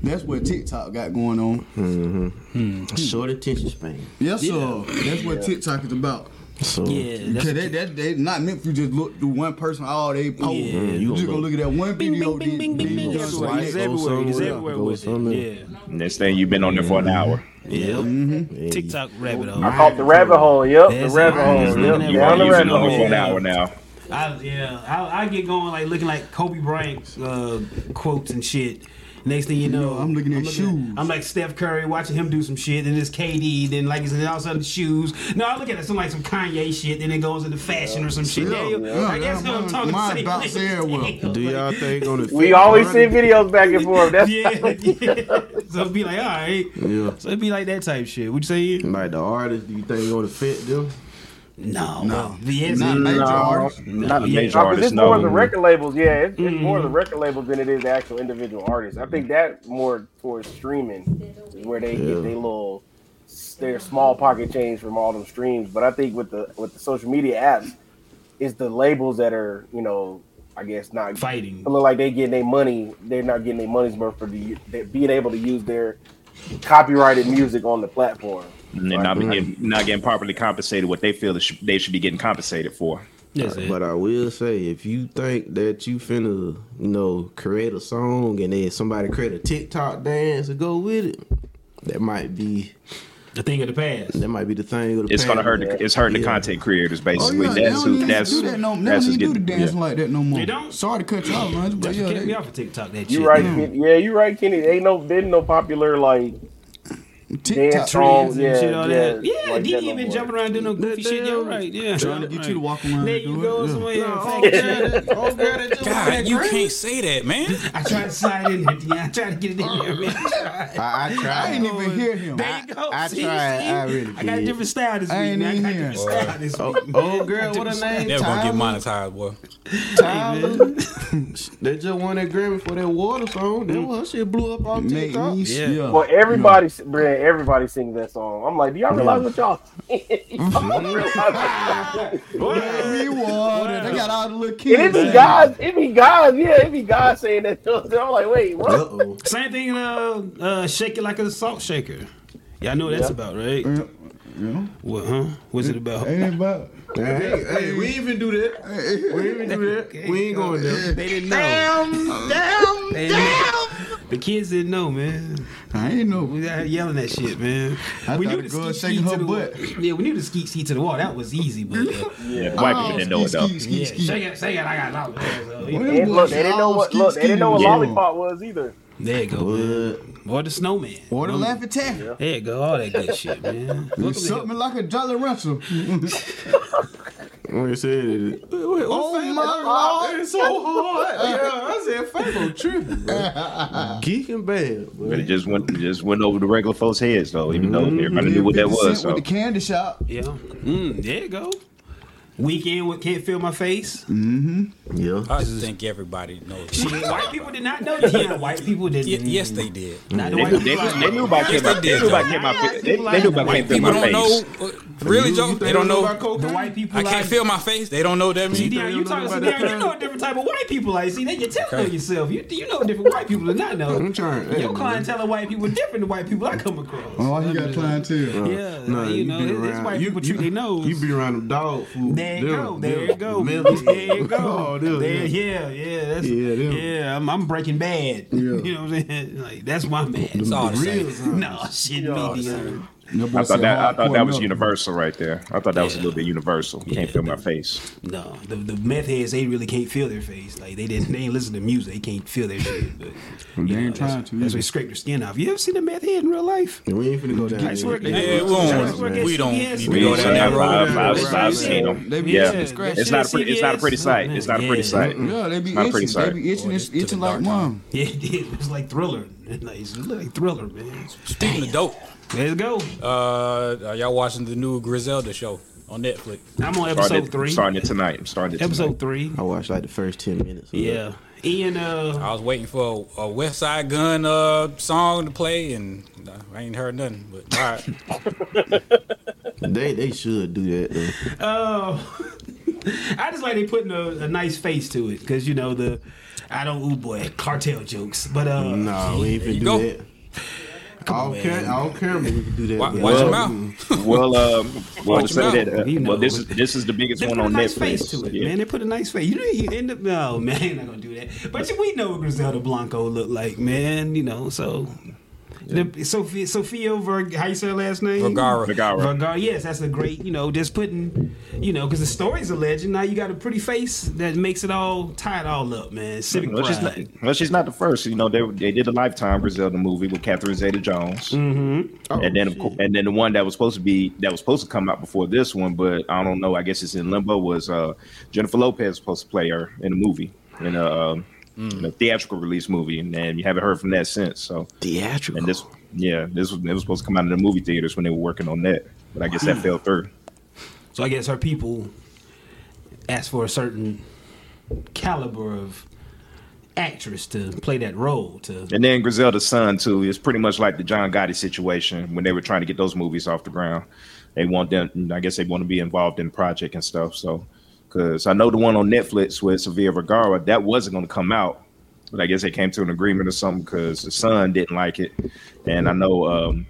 Speaker 2: That's what TikTok got going on.
Speaker 5: Short attention span.
Speaker 2: Yes, sir. That's what TikTok is about.
Speaker 5: So
Speaker 2: Cause that, that, they not meant for you just look through one person all day post.
Speaker 5: Yeah,
Speaker 2: you,
Speaker 5: you
Speaker 2: just
Speaker 5: gonna
Speaker 2: gonna look at that one video. Bing, bing, bing, bing, oh,
Speaker 1: Yeah.
Speaker 3: Next thing you've been on there for an hour.
Speaker 1: Yeah.
Speaker 2: Mm-hmm.
Speaker 1: TikTok rabbit hole.
Speaker 3: I caught
Speaker 4: the rabbit hole. Yep, the
Speaker 1: That's
Speaker 4: rabbit
Speaker 1: it.
Speaker 4: hole. Yep,
Speaker 1: Looking at
Speaker 4: down the
Speaker 1: rabbit
Speaker 4: rabbit
Speaker 3: on there for
Speaker 4: hole.
Speaker 3: an hour now.
Speaker 1: I, yeah, I, I get going like looking like Kobe Bryant uh, quotes and shit. Next thing you know,
Speaker 2: I'm looking at shoes.
Speaker 1: I'm like Steph Curry watching him do some shit, and it's KD. Then like you said, all of a sudden shoes. No, I look at it some like some Kanye shit. Then it goes into fashion or some shit.
Speaker 2: Yeah,
Speaker 1: Daniel,
Speaker 2: yeah.
Speaker 1: like, that's what I'm talking
Speaker 2: Mine
Speaker 1: about.
Speaker 2: about said
Speaker 1: [laughs]
Speaker 2: well.
Speaker 5: Do y'all think on the
Speaker 4: We always see videos back and forth. That's
Speaker 1: yeah, yeah. So it'd be like, all right.
Speaker 5: Yeah.
Speaker 1: So it'd be like that type shit. Would you say?
Speaker 5: Like the artist, do you think gonna fit them?
Speaker 1: No,
Speaker 2: No.
Speaker 1: Yes, no.
Speaker 2: Not major artists.
Speaker 3: Not a
Speaker 1: Yeah.
Speaker 3: major
Speaker 4: Because
Speaker 3: artist,
Speaker 4: it's more of the
Speaker 3: no.
Speaker 4: record labels, yeah. It's, it's more of the record labels than it is the actual individual artists. I think that more towards streaming is where they
Speaker 5: Yeah.
Speaker 4: get their little their small pocket change from all them streams. But I think with the with the social media apps, it's the labels that are you know I guess not
Speaker 1: Fighting.
Speaker 4: It look like they getting their money. They're not getting their money's worth for the they- being able to use their copyrighted music on the platform.
Speaker 3: And they're not, getting, not getting properly compensated what they feel that sh- they should be getting compensated for.
Speaker 1: That's it.
Speaker 5: But I will say, if you think that you finna, you know, create a song and then somebody create a TikTok dance to go with it, that might be
Speaker 1: The thing of the past.
Speaker 5: that might be the thing. Of the
Speaker 3: It's gonna
Speaker 5: past.
Speaker 3: hurt. The, it's hurting
Speaker 5: Yeah.
Speaker 3: the content creators
Speaker 2: Oh,
Speaker 3: basically.
Speaker 2: yeah, they
Speaker 3: that's
Speaker 2: don't
Speaker 3: who.
Speaker 2: even
Speaker 3: That's
Speaker 2: do that no. They don't
Speaker 3: that's who's
Speaker 2: even do the
Speaker 3: getting.
Speaker 2: dancing
Speaker 3: yeah.
Speaker 2: like that no more.
Speaker 1: They don't?
Speaker 2: Sorry to cut you off, man. But
Speaker 1: That's
Speaker 2: yeah,
Speaker 1: what kicked me
Speaker 2: they,
Speaker 1: off of TikTok. That
Speaker 4: You
Speaker 1: shit.
Speaker 4: right, Kid- yeah, you right, Kenny. Ain't no been no popular like
Speaker 2: TikTok
Speaker 4: dance
Speaker 2: trying
Speaker 1: Trends
Speaker 4: songs,
Speaker 1: and
Speaker 4: yeah,
Speaker 1: shit, all
Speaker 4: yeah,
Speaker 1: that. Yeah,
Speaker 4: like
Speaker 1: D
Speaker 4: that no
Speaker 1: ain't been
Speaker 4: more.
Speaker 1: jumping around doing no goofy shit. You're right. Yeah,
Speaker 2: to get you to walk around.
Speaker 1: There
Speaker 2: and do
Speaker 1: you
Speaker 2: it.
Speaker 1: go.
Speaker 2: Yeah.
Speaker 1: Somewhere
Speaker 5: Oh,
Speaker 1: else.
Speaker 5: girl, that- oh, girl, that just
Speaker 10: God,
Speaker 5: went
Speaker 10: you
Speaker 5: crazy.
Speaker 10: can't say that, man.
Speaker 1: I tried to slide in there. Yeah, I tried to get it in there, man. I tried.
Speaker 5: I, I
Speaker 2: I
Speaker 5: tried.
Speaker 2: ain't even hear him.
Speaker 1: There you go.
Speaker 5: I
Speaker 1: See,
Speaker 5: tried.
Speaker 1: see?
Speaker 5: I really
Speaker 1: I got a
Speaker 5: did.
Speaker 1: different style this week.
Speaker 2: I ain't
Speaker 1: man. I
Speaker 2: even
Speaker 1: got a
Speaker 2: here.
Speaker 1: different style this
Speaker 5: Oh,
Speaker 1: week.
Speaker 5: oh, girl, what her name?
Speaker 10: Never gonna get
Speaker 5: Tyler?
Speaker 10: monetized, boy.
Speaker 5: Tyler. [laughs] they just won that Grammy for that water song. That was her shit blew up on
Speaker 2: Make
Speaker 5: TikTok.
Speaker 2: me
Speaker 10: Yeah.
Speaker 2: yeah.
Speaker 4: Well, everybody, yeah. everybody sings that song. I'm like, do y'all realize what y'all? [laughs] Y'all don't realize what y'all-
Speaker 2: Every water. They got all the little kids.
Speaker 4: and it be
Speaker 2: man.
Speaker 4: guys, it be guys, yeah, it be guys saying that. I'm like, wait,
Speaker 5: Uh
Speaker 4: what?
Speaker 5: oh.
Speaker 1: Same thing. Uh, uh, shake it like a salt shaker. Y'all know what that's about, right?
Speaker 2: Yeah. Yeah.
Speaker 1: What, huh? What's it about?
Speaker 2: Ain't about.
Speaker 5: Hey, hey, we even do that.
Speaker 1: [laughs]
Speaker 5: We even do that. We ain't going there.
Speaker 1: They didn't know. Damn, damn, damn. The kids didn't know, man.
Speaker 2: I ain't know.
Speaker 1: We out here yelling that shit, man.
Speaker 2: I
Speaker 1: we
Speaker 2: thought
Speaker 1: knew
Speaker 2: the
Speaker 1: the
Speaker 2: girl
Speaker 1: skeet
Speaker 2: shaking
Speaker 1: ski to
Speaker 2: her
Speaker 1: the wall.
Speaker 2: butt.
Speaker 1: Yeah, we knew the skeet ski to the wall. That was easy, but
Speaker 2: [laughs]
Speaker 1: uh,
Speaker 3: Yeah, the white people didn't know it though.
Speaker 2: Oh, Ski, ski,
Speaker 1: yeah,
Speaker 2: ski.
Speaker 1: shake it, shake it. I got a lot of hands up.
Speaker 2: Well,
Speaker 1: Yeah.
Speaker 2: them
Speaker 4: And look,
Speaker 2: boys
Speaker 4: they didn't know
Speaker 2: all
Speaker 4: what.
Speaker 2: ski,
Speaker 4: Look, they didn't know what
Speaker 2: ski doing.
Speaker 4: lollipop was either.
Speaker 1: There you go, man. Or the snowman.
Speaker 2: Or the Laffy Taffy.
Speaker 1: There you go, all that good shit, man. Welcome to
Speaker 2: Something like a Jolly Rancher.
Speaker 5: When I said it,
Speaker 2: oh my lord.
Speaker 5: it's so hard. Yeah,
Speaker 2: [laughs]
Speaker 5: I said Fable tripping, bro. Geek and bad,
Speaker 3: But it
Speaker 5: bro.
Speaker 3: just went it just went over the regular folks' heads though, even though everybody knew what that
Speaker 2: 50
Speaker 3: was.
Speaker 2: Mm-hmm. Cent
Speaker 3: So
Speaker 2: With the candy shop.
Speaker 1: Yeah. Mm, there you go. Weekend with Can't Feel My Face.
Speaker 2: Mm.
Speaker 5: Yeah.
Speaker 10: I just think everybody knows.
Speaker 1: Shit, white people did not know this. Yeah, white people did.
Speaker 10: Ye- yes, they did.
Speaker 1: Not the
Speaker 3: they,
Speaker 1: white
Speaker 3: knew- they,
Speaker 1: people.
Speaker 3: knew- they knew about came out. They knew about came out. They, they knew about came through
Speaker 10: People don't
Speaker 3: my
Speaker 10: know.
Speaker 3: face.
Speaker 10: uh, Really, Joe? They don't know.
Speaker 1: The white people.
Speaker 10: I
Speaker 1: like-
Speaker 10: can't feel my face. They don't know what that
Speaker 1: See,
Speaker 10: means.
Speaker 1: Darren, you talking see,
Speaker 5: about that
Speaker 1: Darren, you know a different type of white people. Like, see, they can tell on yourself. You you know different white people than I know.
Speaker 5: I'm trying.
Speaker 1: Your clientele of white people are different than white people I come across.
Speaker 2: Oh, he got clientele.
Speaker 1: Yeah, you know,
Speaker 5: been
Speaker 1: it- it's
Speaker 5: around-
Speaker 1: white people treat they nose.
Speaker 5: You be around them dog food.
Speaker 1: There you
Speaker 5: Them,
Speaker 1: go. There
Speaker 5: them,
Speaker 1: you go.
Speaker 5: Memphis.
Speaker 1: There you
Speaker 5: [laughs] Oh,
Speaker 1: go.
Speaker 5: them,
Speaker 1: There- yeah,
Speaker 5: yeah.
Speaker 1: yeah. That's,
Speaker 5: Yeah,
Speaker 1: yeah, I'm,
Speaker 5: them.
Speaker 1: I'm breaking bad. [laughs]
Speaker 2: Yeah.
Speaker 1: You know what I'm saying? Like, that's my man.
Speaker 10: It's all the same.
Speaker 1: no, shit, me, Darren.
Speaker 3: I thought that I thought that was universal right there. I thought that was a
Speaker 1: Yeah.
Speaker 3: little bit universal. Can't feel my face.
Speaker 1: No, the, the meth heads they really can't feel their face. Like they didn't, they ain't listen to music. They can't feel their shit. But, you know,
Speaker 2: They
Speaker 1: that's-
Speaker 2: ain't trying to
Speaker 1: That's
Speaker 2: either.
Speaker 1: why they scrape their skin off. You ever seen a meth head in real life?
Speaker 5: We ain't finna go down.
Speaker 1: I swear to
Speaker 5: there.
Speaker 1: God.
Speaker 10: Yeah, we don't. We don't. need to go
Speaker 3: ain't
Speaker 10: down that
Speaker 3: seen
Speaker 10: road.
Speaker 3: that. I've- I've- I've seen them.
Speaker 2: They be
Speaker 3: Yeah.
Speaker 2: itching, scratching.
Speaker 3: It's not a pretty. It's not a pretty sight. It's not a pretty sight.
Speaker 2: Yeah, they be
Speaker 3: Not
Speaker 2: itching. They
Speaker 3: pretty sight.
Speaker 2: be itching.
Speaker 10: Boy,
Speaker 2: It's
Speaker 10: this took
Speaker 2: itching
Speaker 10: a
Speaker 2: like
Speaker 10: dark
Speaker 2: mom.
Speaker 1: Yeah, it did. It was like Thriller. Like, it looked like Thriller, man.
Speaker 10: Speaking of dope,
Speaker 1: Let's go.
Speaker 10: uh, are y'all watching the new Griselda show on Netflix?
Speaker 1: I'm on
Speaker 3: Starting
Speaker 1: episode
Speaker 3: it-
Speaker 1: three.
Speaker 3: Starting it tonight. I'm starting it
Speaker 1: Episode
Speaker 3: tonight.
Speaker 1: three.
Speaker 5: I watched like the first ten minutes. of
Speaker 1: Yeah. Ian, uh,
Speaker 10: I was waiting for a, a West Side Gun uh, song to play, and I ain't heard nothing. But all
Speaker 3: [laughs]
Speaker 10: right,
Speaker 5: it. They they should do that. Though.
Speaker 1: oh, I just like they putting a, a nice face to it because you know the I don't ooh boy cartel jokes, but uh,
Speaker 5: Nah, we ain't finna do
Speaker 10: go.
Speaker 5: that. All camera, all camera, we can do that.
Speaker 10: Wa-
Speaker 5: but-
Speaker 10: watch your
Speaker 5: Well,
Speaker 10: mouth.
Speaker 3: Well, um, well,
Speaker 10: Watch
Speaker 3: to say
Speaker 10: your
Speaker 3: that,
Speaker 10: mouth.
Speaker 3: uh,
Speaker 1: You know.
Speaker 3: well, this is this is the biggest
Speaker 1: They
Speaker 3: one
Speaker 1: put a
Speaker 3: on
Speaker 1: nice
Speaker 3: Netflix.
Speaker 1: face to it,
Speaker 3: Yeah.
Speaker 1: man. They put a nice face. You know, you end up. oh, No, man, not gonna do that. But we know what Griselda Blanco look like, man. You know, so The, Sophia, Sophia Ver, how you say her last name?
Speaker 10: Vergara.
Speaker 3: Vergara.
Speaker 1: Vergara. Yes, that's a great. You know, just putting. You know, because the story's a legend. Now you got a pretty face that makes it all tie it all up, man. Civic
Speaker 3: Well, she's, not,
Speaker 1: pride.
Speaker 3: well, she's not the first. You know, they they did the Lifetime Griselda movie with Catherine Zeta-Jones,
Speaker 1: Mm-hmm.
Speaker 5: oh,
Speaker 3: and then of course, and then the one that was supposed to be that was supposed to come out before this one, but I don't know. I guess it's in limbo. Was uh, Jennifer Lopez was supposed to play her in a movie in a, um, in a theatrical release movie, and, and you haven't heard from that since. So
Speaker 5: theatrical.
Speaker 3: And this, yeah, this was it was supposed to come out in the movie theaters when they were working on that, but I guess that
Speaker 1: Wow.
Speaker 3: fell through.
Speaker 1: So I guess her people asked for a certain caliber of actress to play that role. To
Speaker 3: And then Griselda's son too. It's pretty much like the John Gotti situation when they were trying to get those movies off the ground. They want them. I guess they want to be involved in the project and stuff. So, because I know the one on Netflix with Sevilla Vergara that wasn't going to come out, but I guess they came to an agreement or something because the son didn't like it, and I know um,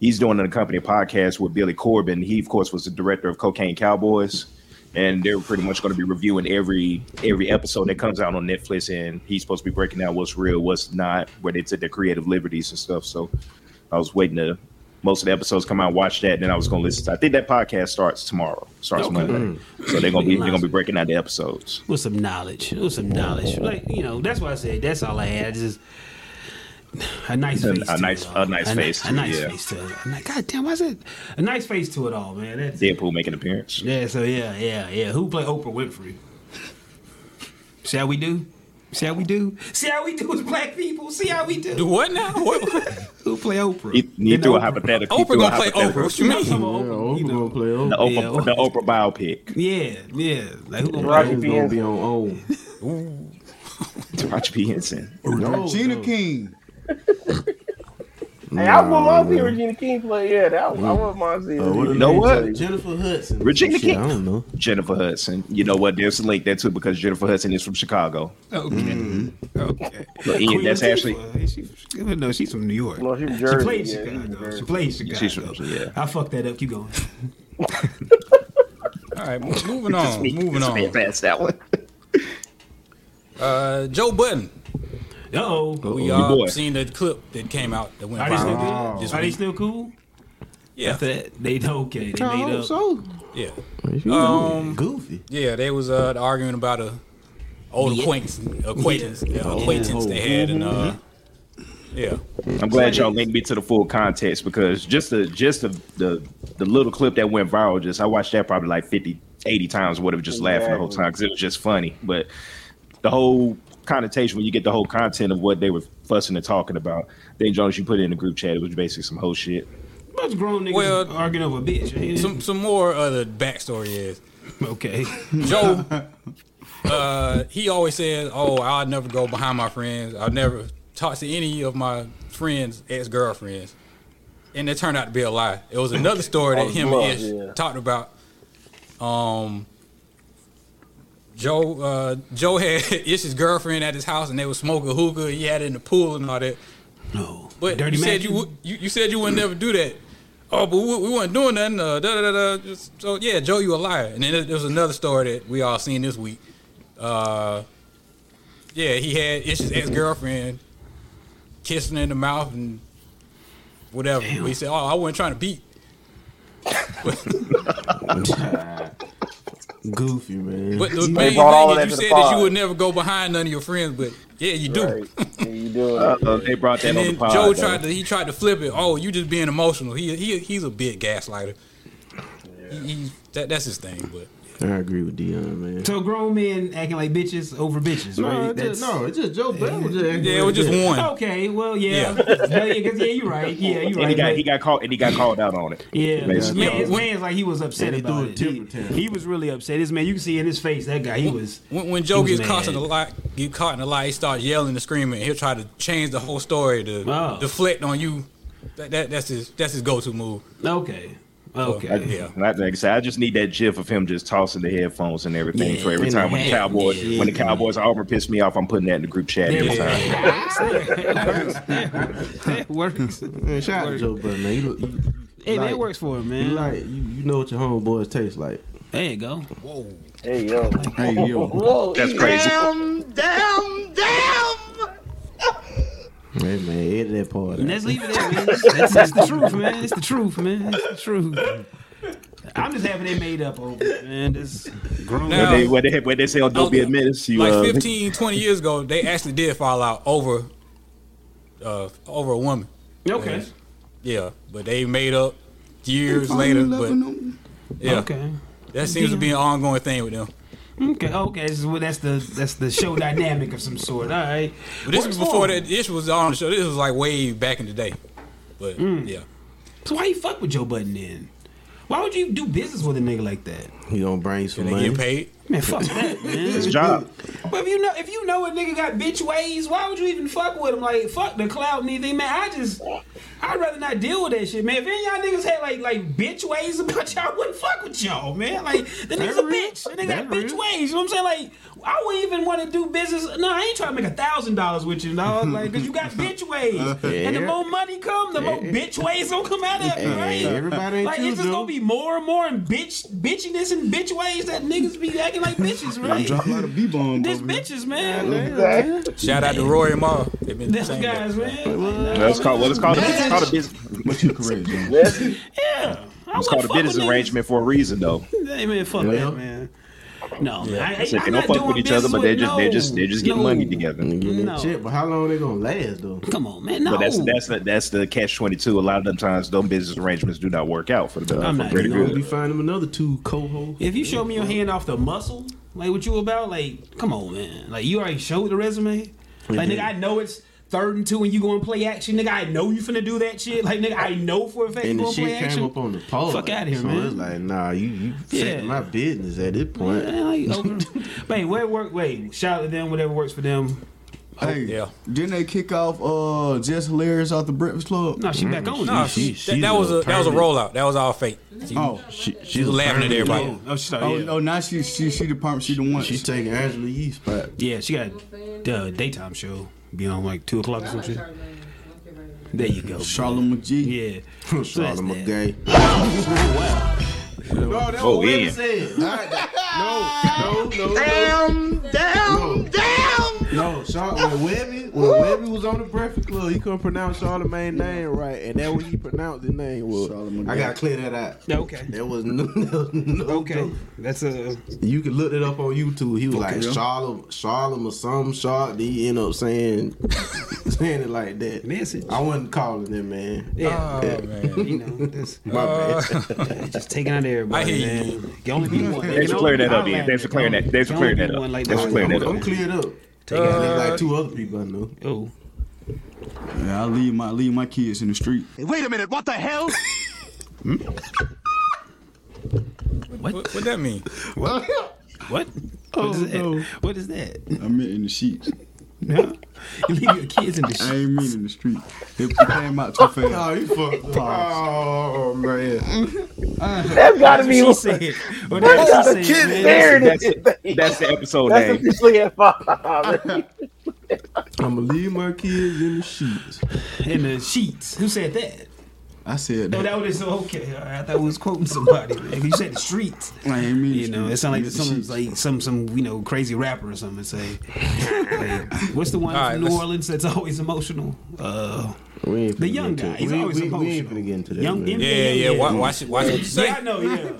Speaker 3: he's doing an accompanying podcast with Billy Corbin. He of course was the director of Cocaine Cowboys. And they're pretty much going to be reviewing every every episode that comes out on Netflix, and he's supposed to be breaking down what's real, what's not, where they took their creative liberties and stuff. So I was waiting to most of the episodes come out, watch that, and then I was going to listen. To, I think that podcast starts tomorrow, starts
Speaker 1: Okay.
Speaker 3: Monday, so they're going to be they're going to be breaking down the episodes.
Speaker 1: with some knowledge, with some knowledge, like you know, that's why I said that's all I had. It's Just a nice
Speaker 3: A-
Speaker 1: face,
Speaker 3: a
Speaker 1: to
Speaker 3: nice-
Speaker 1: it all.
Speaker 3: a nice
Speaker 1: ni-
Speaker 3: face
Speaker 1: a
Speaker 3: to-
Speaker 1: nice
Speaker 3: yeah.
Speaker 1: face to it. I'm like, God damn, why is it a nice face to it all, man? That's,
Speaker 3: Deadpool make an appearance.
Speaker 1: yeah, so yeah, yeah, yeah. Who play Oprah Winfrey? Shall we do? Shall we do? See how we do as black people. See how we do.
Speaker 10: Do what now?
Speaker 3: [laughs]
Speaker 10: What?
Speaker 1: Who play Oprah?
Speaker 3: He, he
Speaker 1: And
Speaker 3: threw a
Speaker 1: Oprah.
Speaker 3: hypothetical. he
Speaker 10: Oprah
Speaker 3: threw a
Speaker 10: gonna play
Speaker 3: hypothetical.
Speaker 10: Oprah. What you mean?
Speaker 3: [laughs]
Speaker 1: Yeah, Oprah
Speaker 5: gonna play Oprah.
Speaker 3: The Oprah,
Speaker 1: Yeah.
Speaker 3: the Oprah biopic.
Speaker 1: Yeah, yeah. Like who gonna
Speaker 5: Roger
Speaker 1: play?
Speaker 5: gonna be on old.
Speaker 3: Taraji P. Henson.
Speaker 5: No,
Speaker 2: Regina King.
Speaker 4: Hey, I want my see Regina King play. Yeah, that I
Speaker 1: Mm.
Speaker 4: want my see.
Speaker 5: Uh, what her
Speaker 3: You know
Speaker 5: name?
Speaker 3: what?
Speaker 5: Jennifer Hudson.
Speaker 3: Regina
Speaker 5: Shit,
Speaker 3: King.
Speaker 5: I don't know.
Speaker 3: Jennifer Hudson. You know what? There's a link there too because Jennifer Hudson is from Chicago.
Speaker 1: Okay, okay.
Speaker 3: So, Ian,
Speaker 1: Queen
Speaker 3: that's
Speaker 1: Latifah.
Speaker 3: actually-
Speaker 1: Is she from- no, she's from New York.
Speaker 4: No, she from
Speaker 1: She
Speaker 4: Jersey.
Speaker 1: played
Speaker 4: yeah,
Speaker 1: Chicago. She
Speaker 4: Jersey.
Speaker 1: played Chicago.
Speaker 3: She's from yeah.
Speaker 1: I fucked that up. Keep going.
Speaker 10: All right, mo- moving on. Moving
Speaker 3: Just made
Speaker 10: on.
Speaker 3: past that one.
Speaker 10: [laughs] Uh, Joe Budden.
Speaker 1: Uh-oh.
Speaker 10: We
Speaker 3: Oh, Your boy. Oh.
Speaker 10: all seen the clip that came out that went
Speaker 1: Are they still
Speaker 10: viral.
Speaker 5: Oh.
Speaker 1: good?
Speaker 10: Just
Speaker 1: Are they
Speaker 10: week.
Speaker 1: still cool? Uh-huh,
Speaker 10: Yeah,
Speaker 1: After that, they okay. They
Speaker 5: I
Speaker 1: made
Speaker 5: hope
Speaker 1: up.
Speaker 5: so.
Speaker 10: yeah,
Speaker 5: Um, goofy.
Speaker 10: yeah. They was uh, arguing about a old
Speaker 1: Yeah.
Speaker 10: acquaintance, acquaintance, yeah, acquaintance they had, and uh,
Speaker 3: Mm-hmm.
Speaker 10: yeah,
Speaker 3: I'm glad y'all linked me to the full context because just the just the the, the little clip that went viral, just I watched that probably like 50, 80 times or whatever, just laughing the whole time because it was just funny. But the whole connotation when you get the whole content of what they were fussing and talking about, then Jones, you put it in the group chat, it was basically some whole shit.
Speaker 1: Bunch of grown niggas
Speaker 10: Well,
Speaker 1: arguing over a bitch. ain't it?
Speaker 10: some some more other backstory is
Speaker 1: okay.
Speaker 10: [laughs] Joe. Uh, he always says, "Oh, I'll never go behind my friends. I'll never talk to any of my friends' ex girlfriends." And it turned out to be a lie. It was [laughs] another story that him and
Speaker 4: Love,
Speaker 10: Ish
Speaker 4: yeah.
Speaker 10: talked about. Um, Joe uh, Joe had [laughs] Ish's girlfriend at his house, and they were smoking hookah. He had it in the pool and all that.
Speaker 1: No.
Speaker 10: But
Speaker 1: Dirty
Speaker 10: you said
Speaker 1: Mac-
Speaker 10: you, would- you you said you would never do that. Oh, but we, we weren't doing nothing. Uh, da, da, da, da. Just, so yeah, Joe, you a liar. And then there, there was another story that we all seen this week. Uh, yeah, he had Ish's ex girlfriend kissing her in the mouth and whatever. But he said, "Oh, I wasn't trying to beat."
Speaker 5: Goofy man.
Speaker 10: But the
Speaker 5: He-
Speaker 10: main thing
Speaker 4: brought all that
Speaker 10: is
Speaker 4: to
Speaker 10: you
Speaker 4: the
Speaker 10: said that you
Speaker 4: pod.
Speaker 10: would never go behind none of your friends, but yeah, you do.
Speaker 4: Right. Yeah, you doing it.
Speaker 3: Uh, they brought that
Speaker 10: And
Speaker 3: on
Speaker 10: then
Speaker 3: the pod.
Speaker 10: Joe
Speaker 3: though.
Speaker 10: tried to he tried to flip it. Oh, you just being emotional. He he he's a big gaslighter. He, he that that's his thing. But
Speaker 5: I agree with Dion, man.
Speaker 1: So grown men acting like bitches over bitches, right?
Speaker 5: No, it's just, no, it's just Joe Bell. was just acting
Speaker 10: yeah, it was
Speaker 5: like
Speaker 10: just
Speaker 5: that.
Speaker 10: one.
Speaker 1: Okay, well, yeah.
Speaker 10: Yeah.
Speaker 1: Yeah, yeah, 'cause, yeah, you're right. Yeah, you're
Speaker 3: and he
Speaker 1: right.
Speaker 3: got
Speaker 1: but-
Speaker 3: he got called and he got called out on it.
Speaker 1: yeah, his
Speaker 3: basically.
Speaker 1: man, his man's like he was upset
Speaker 5: And he
Speaker 1: about
Speaker 5: threw a
Speaker 1: it.
Speaker 5: temper
Speaker 1: He,
Speaker 5: tantrum.
Speaker 1: he was really upset. This man, you can see in his face, that guy, he was.
Speaker 10: When, when Joe
Speaker 1: He was
Speaker 10: gets caught in
Speaker 1: mad.
Speaker 10: a lie, get caught in a lie, he starts yelling and screaming. He'll try to change the whole story to
Speaker 1: Wow.
Speaker 10: deflect on you. That, that that's his that's his go to move.
Speaker 1: Okay. Okay.
Speaker 10: I- yeah.
Speaker 3: And I, like I said, I just need that gif of him just tossing the headphones and everything
Speaker 1: Yeah,
Speaker 3: for every
Speaker 1: and
Speaker 3: time
Speaker 1: the
Speaker 3: when the
Speaker 1: hat,
Speaker 3: Cowboys
Speaker 1: yeah.
Speaker 3: when the Cowboys Auburn piss me off, I'm putting that in the group chat every time.
Speaker 1: That works.
Speaker 5: Man, shout out to Joe Bell, man. You, look- you,
Speaker 1: Hey,
Speaker 5: like,
Speaker 1: that works for him,
Speaker 5: You
Speaker 1: man.
Speaker 5: like you, you know what your homeboys taste like.
Speaker 1: there you go.
Speaker 4: Hey yo.
Speaker 5: Hey yo,
Speaker 4: Whoa.
Speaker 3: That's crazy.
Speaker 5: man, Hey man, edit that part. out.
Speaker 1: Let's leave it there, man. That's, that's the truth, man. It's the truth, man. It's the truth. I'm just happy they made up over it, man. This grown
Speaker 3: when, they, when, they, when they say, oh, don't be a menace, you,
Speaker 10: like
Speaker 3: uh,
Speaker 10: 15, 20 years ago, they actually did fall out over uh, over a woman.
Speaker 1: Okay.
Speaker 10: And- yeah, but they made up years later. But yeah,
Speaker 1: Okay.
Speaker 10: that seems to be an ongoing thing with them.
Speaker 1: Okay, okay. This is what that's the that's the show dynamic of some sort. All right.
Speaker 10: But this
Speaker 1: What-
Speaker 10: was before that. This was on the show. This was like way back in the day. But yeah,
Speaker 1: So why you fuck with Joe Budden then? Why would you do business with a nigga like that?
Speaker 5: You gonna bring some
Speaker 10: they
Speaker 5: money?
Speaker 10: get paid.
Speaker 1: Man, fuck that, man.
Speaker 3: It's a job.
Speaker 1: But if you know if you know a nigga got bitch ways, why would you even fuck with him? Like fuck the clout and anything, man. I just I'd rather not deal with that shit, man. If any of y'all niggas had like like bitch ways about [laughs] y'all, I wouldn't fuck with y'all, man. Like the nigga's a bitch. The nigga got bitch ways. You know what I'm saying? Like I wouldn't even want to do business. No, I ain't trying to make a thousand dollars with you, dog. Like cause you
Speaker 5: [laughs]
Speaker 1: got bitch ways. And the
Speaker 5: Yeah.
Speaker 1: more money come, the more bitch ways gonna come out of it, right?
Speaker 5: Hey, everybody ain't
Speaker 1: like
Speaker 5: you,
Speaker 1: it's just
Speaker 5: dude.
Speaker 1: gonna be more and more and bitch bitchiness and bitch ways that niggas be acting like bitches,
Speaker 2: I'm
Speaker 1: right?
Speaker 2: dropping out of B-bomb.
Speaker 1: This bitches, man.
Speaker 10: Shout out to Roy and Ma. They've been
Speaker 1: This
Speaker 10: saying
Speaker 1: guys, man.
Speaker 3: That's called what it's called. It's called a business.
Speaker 2: But you correct, John.
Speaker 1: Yeah. I
Speaker 3: It's called
Speaker 1: wouldn't
Speaker 3: a
Speaker 1: fuck
Speaker 3: business
Speaker 1: with niggas.
Speaker 3: arrangement for a reason, though.
Speaker 1: Hey, man, fuck
Speaker 5: Yeah.
Speaker 1: that, man. No, man. I, I,
Speaker 3: It's like
Speaker 1: I'm
Speaker 3: they don't
Speaker 1: not
Speaker 3: fuck
Speaker 1: doing
Speaker 3: with each other,
Speaker 1: business
Speaker 3: but they
Speaker 1: with-
Speaker 3: just they just
Speaker 1: no,
Speaker 3: they just get
Speaker 1: no.
Speaker 3: money together.
Speaker 5: And get that
Speaker 1: No.
Speaker 5: shit, but how long they gonna last though?
Speaker 1: Come on, man. No.
Speaker 3: But that's that's the, that's the catch twenty two. A lot of them times, those business arrangements do not work out for the
Speaker 1: I'm
Speaker 3: for
Speaker 1: not
Speaker 3: greater
Speaker 1: even
Speaker 5: Gonna be
Speaker 3: good.
Speaker 5: finding them another two co-hosts.
Speaker 1: if you show me your hand off the muscle, like what you about, like, come on, man. Like, you already showed the resume. Like, nigga, I know it's third and two and you going to play action. Nigga, I know you finna do that shit. Like, nigga, I know for a fact you
Speaker 5: And the
Speaker 1: going to
Speaker 5: shit
Speaker 1: play
Speaker 5: came
Speaker 1: action.
Speaker 5: up on the poll.
Speaker 1: Fuck outta here,
Speaker 5: so
Speaker 1: man.
Speaker 5: It's like, nah, you you
Speaker 1: Yeah.
Speaker 5: yeah. my business at this point.
Speaker 1: Yeah, like, over. Wait, where work? Wait, shout out to them. Whatever works for them.
Speaker 2: Hey,
Speaker 10: Yeah.
Speaker 2: didn't they kick off uh Jess Hilarious out the Breakfast Club?
Speaker 1: No, she back on.
Speaker 10: Nah,
Speaker 1: No,
Speaker 10: she,
Speaker 5: she-
Speaker 10: that-
Speaker 5: she's
Speaker 10: that, was a that was a
Speaker 5: permanent.
Speaker 10: rollout. That was all fake. She,
Speaker 2: Oh,
Speaker 5: She, she's,
Speaker 10: was laughing at
Speaker 5: permanent-
Speaker 10: everybody.
Speaker 1: oh, she started.
Speaker 2: oh,
Speaker 1: yeah.
Speaker 2: oh, now she she she the pump, she the one.
Speaker 5: She's taking Angela Yee's spot.
Speaker 1: yeah, she got the daytime show. Be on like two o'clock or some shit. There you go.
Speaker 2: Charlotte McGee.
Speaker 1: Yeah. So that's
Speaker 5: Charlotte
Speaker 1: that.
Speaker 5: [laughs] McGay. No, that
Speaker 3: Oh,
Speaker 5: what
Speaker 3: yeah.
Speaker 5: it said. All right, No, no, no, Damn, damn, damn. No, Char- when Webby, when Webby was on the Breakfast Club, he couldn't pronounce Charlamagne's name right, and that what he pronounced his name was.
Speaker 2: Charlamagne.
Speaker 5: I gotta clear that out.
Speaker 1: Okay.
Speaker 5: That was no, [laughs] that was no
Speaker 1: Okay,
Speaker 5: joke.
Speaker 1: that's a
Speaker 5: You can look it up on YouTube. He was like
Speaker 2: yeah.
Speaker 5: Charlam, Charlam or some Char. Then he end up saying, [laughs] saying it like that.
Speaker 1: message.
Speaker 5: I wasn't calling him, man.
Speaker 1: Yeah,
Speaker 10: Oh man.
Speaker 1: you know, that's
Speaker 5: [laughs] My
Speaker 3: Uh,
Speaker 5: bad.
Speaker 1: just taking out everybody.
Speaker 10: I hear
Speaker 1: man.
Speaker 10: you.
Speaker 1: It can only be one.
Speaker 3: Thanks for clearing
Speaker 1: Oh,
Speaker 3: that up, Ian. Thanks for clearing that. Thanks for clearing that up. Thanks for clearing that
Speaker 5: I'm
Speaker 3: up.
Speaker 5: cleared up.
Speaker 1: Take
Speaker 5: There's
Speaker 1: out.
Speaker 5: like two other people I know.
Speaker 1: Oh,
Speaker 2: Yeah, I leave my leave my kids in the street.
Speaker 11: Wait a minute, what the hell?
Speaker 10: What what that mean?
Speaker 1: what? what is that? What is that?
Speaker 2: I meant in the sheets.
Speaker 1: No, you [laughs] leave your kids in the
Speaker 2: I
Speaker 1: shit.
Speaker 2: ain't mean in the street. It came out too fast.
Speaker 5: Oh, you fucked up. Oh, man.
Speaker 4: That's gotta be
Speaker 1: She
Speaker 4: what
Speaker 1: said. Whatever she said, man.
Speaker 4: there it
Speaker 3: That's,
Speaker 4: is.
Speaker 3: that's the episode
Speaker 4: That's
Speaker 3: name.
Speaker 4: officially at [laughs] five.
Speaker 5: I'm going to leave my kids in the sheets.
Speaker 1: in the sheets. Who said that?
Speaker 2: I said
Speaker 1: No,
Speaker 2: that.
Speaker 1: that was okay. all right, I thought we was quoting somebody. Man. You said the streets.
Speaker 2: I ain't mean
Speaker 1: You know, it sounded like
Speaker 2: the
Speaker 1: some
Speaker 2: sheets.
Speaker 1: like some some you know crazy rapper or something. Say, like, what's the one
Speaker 10: All right,
Speaker 1: from New
Speaker 10: let's-
Speaker 1: Orleans that's always emotional? Uh,
Speaker 5: We ain't
Speaker 1: the
Speaker 5: finna
Speaker 1: young
Speaker 5: get
Speaker 1: guy.
Speaker 5: into it.
Speaker 1: He's
Speaker 5: we,
Speaker 1: always
Speaker 5: we, we ain't
Speaker 1: emotional.
Speaker 5: finna get into that.
Speaker 1: Young
Speaker 5: man.
Speaker 1: M-
Speaker 10: Yeah, yeah. yeah. Watch, watch it. Watch what you say.
Speaker 1: yeah, I know. Yeah,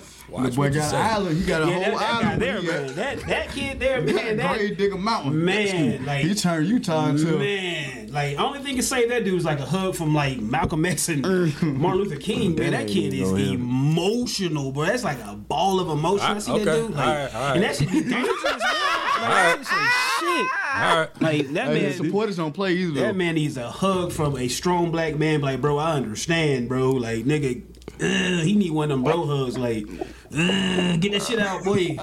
Speaker 2: The
Speaker 10: Watch
Speaker 2: boy
Speaker 10: what you
Speaker 2: got an
Speaker 10: say.
Speaker 2: island. He got a
Speaker 1: yeah, that,
Speaker 2: whole
Speaker 1: that guy
Speaker 2: island.
Speaker 1: there,
Speaker 2: He
Speaker 1: man.
Speaker 2: got-
Speaker 1: That that kid there,
Speaker 2: He got
Speaker 1: man. That
Speaker 2: grave dig a mountain.
Speaker 1: Man, like-
Speaker 2: he turned Utah into.
Speaker 1: Man, like only thing can save that dude is like a hug from like Malcolm X
Speaker 10: [laughs]
Speaker 1: and Martin Luther King. Man, that kid is emotional, bro. That's like a ball of emotion. I,
Speaker 10: Ah,
Speaker 1: see that
Speaker 10: okay.
Speaker 1: dude, like,
Speaker 10: All right, all right.
Speaker 1: and that should be dangerous. man. Like, that should say
Speaker 10: All right.
Speaker 1: shit. Like that
Speaker 2: Hey, his
Speaker 1: man.
Speaker 2: supporters don't play either.
Speaker 1: That
Speaker 2: though.
Speaker 1: man needs a hug from a strong black man. Like, bro, I understand, bro. Like, nigga, ugh, he need one of them bro hugs. Like, ugh, get that shit out, boy.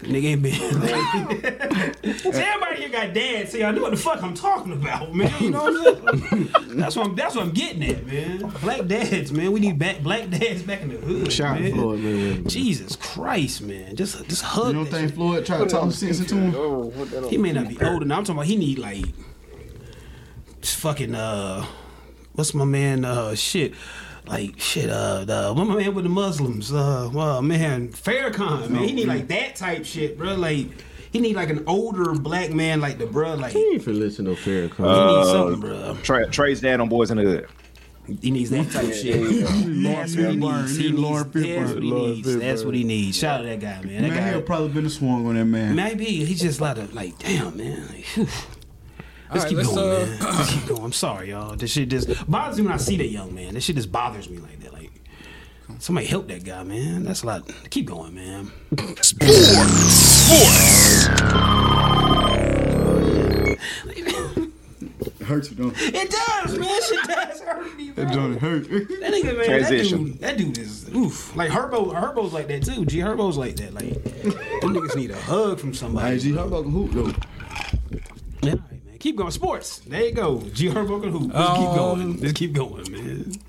Speaker 1: Nigga ain't been. [laughs] See, everybody here got dads, so y'all know what the fuck I'm talking about, man. You know what I'm saying? that's what I'm. That's what I'm getting at, man. Black dads, man. We need back, black dads back in the hood,
Speaker 5: Shout out to
Speaker 1: man.
Speaker 5: Floyd Mayweather.
Speaker 1: Jesus Christ, man. Just just
Speaker 2: You
Speaker 1: hug.
Speaker 2: don't
Speaker 1: that
Speaker 2: think
Speaker 1: shit.
Speaker 2: Floyd tried to talk sense into him?
Speaker 4: Oh, put that on.
Speaker 1: He may not be older. Now I'm talking about he need like just fucking uh what's my man uh shit like shit uh the what my man with the Muslims uh well man Farrakhan man he need like that type shit bro like He need like an older black man like the bruh. Like
Speaker 5: You ain't for listen to Farrakhan.
Speaker 1: Uh,
Speaker 3: Tra- Trey's dad on Boys in the Hood.
Speaker 1: He needs that type of shit. That's what he needs. He needs. That's what he needs. That's what he needs. Shout out to that guy, man. That
Speaker 2: Man,
Speaker 1: guy
Speaker 2: he'll probably been a swung on that man.
Speaker 1: Maybe he's just lot of like, damn man. [laughs] Like, whew.
Speaker 2: All
Speaker 1: let's
Speaker 2: right,
Speaker 1: keep
Speaker 2: let's,
Speaker 1: going,
Speaker 2: uh,
Speaker 1: man. [clears throat] Let's keep going. I'm sorry, y'all. This shit just bothers me when I see that young man. This shit just bothers me like that. Like, somebody help that guy, man. That's a lot. Keep going, man. Sports.
Speaker 2: It hurts you, don't it?
Speaker 1: It does, man. Shit does hurt me.
Speaker 2: That joint hurt.
Speaker 1: That nigga, man.
Speaker 2: Transition.
Speaker 1: That dude, that dude is oof. Like Herbo, Herbo's like that too. G Herbo's like that. Like, them niggas need a hug from somebody.
Speaker 2: Hey, G Herbo can hoop though.
Speaker 1: Yeah, all right, man. Keep going. Sports. There you go. G Herbo can hoop. Let's keep
Speaker 10: Um,
Speaker 1: going. Let's keep going, man.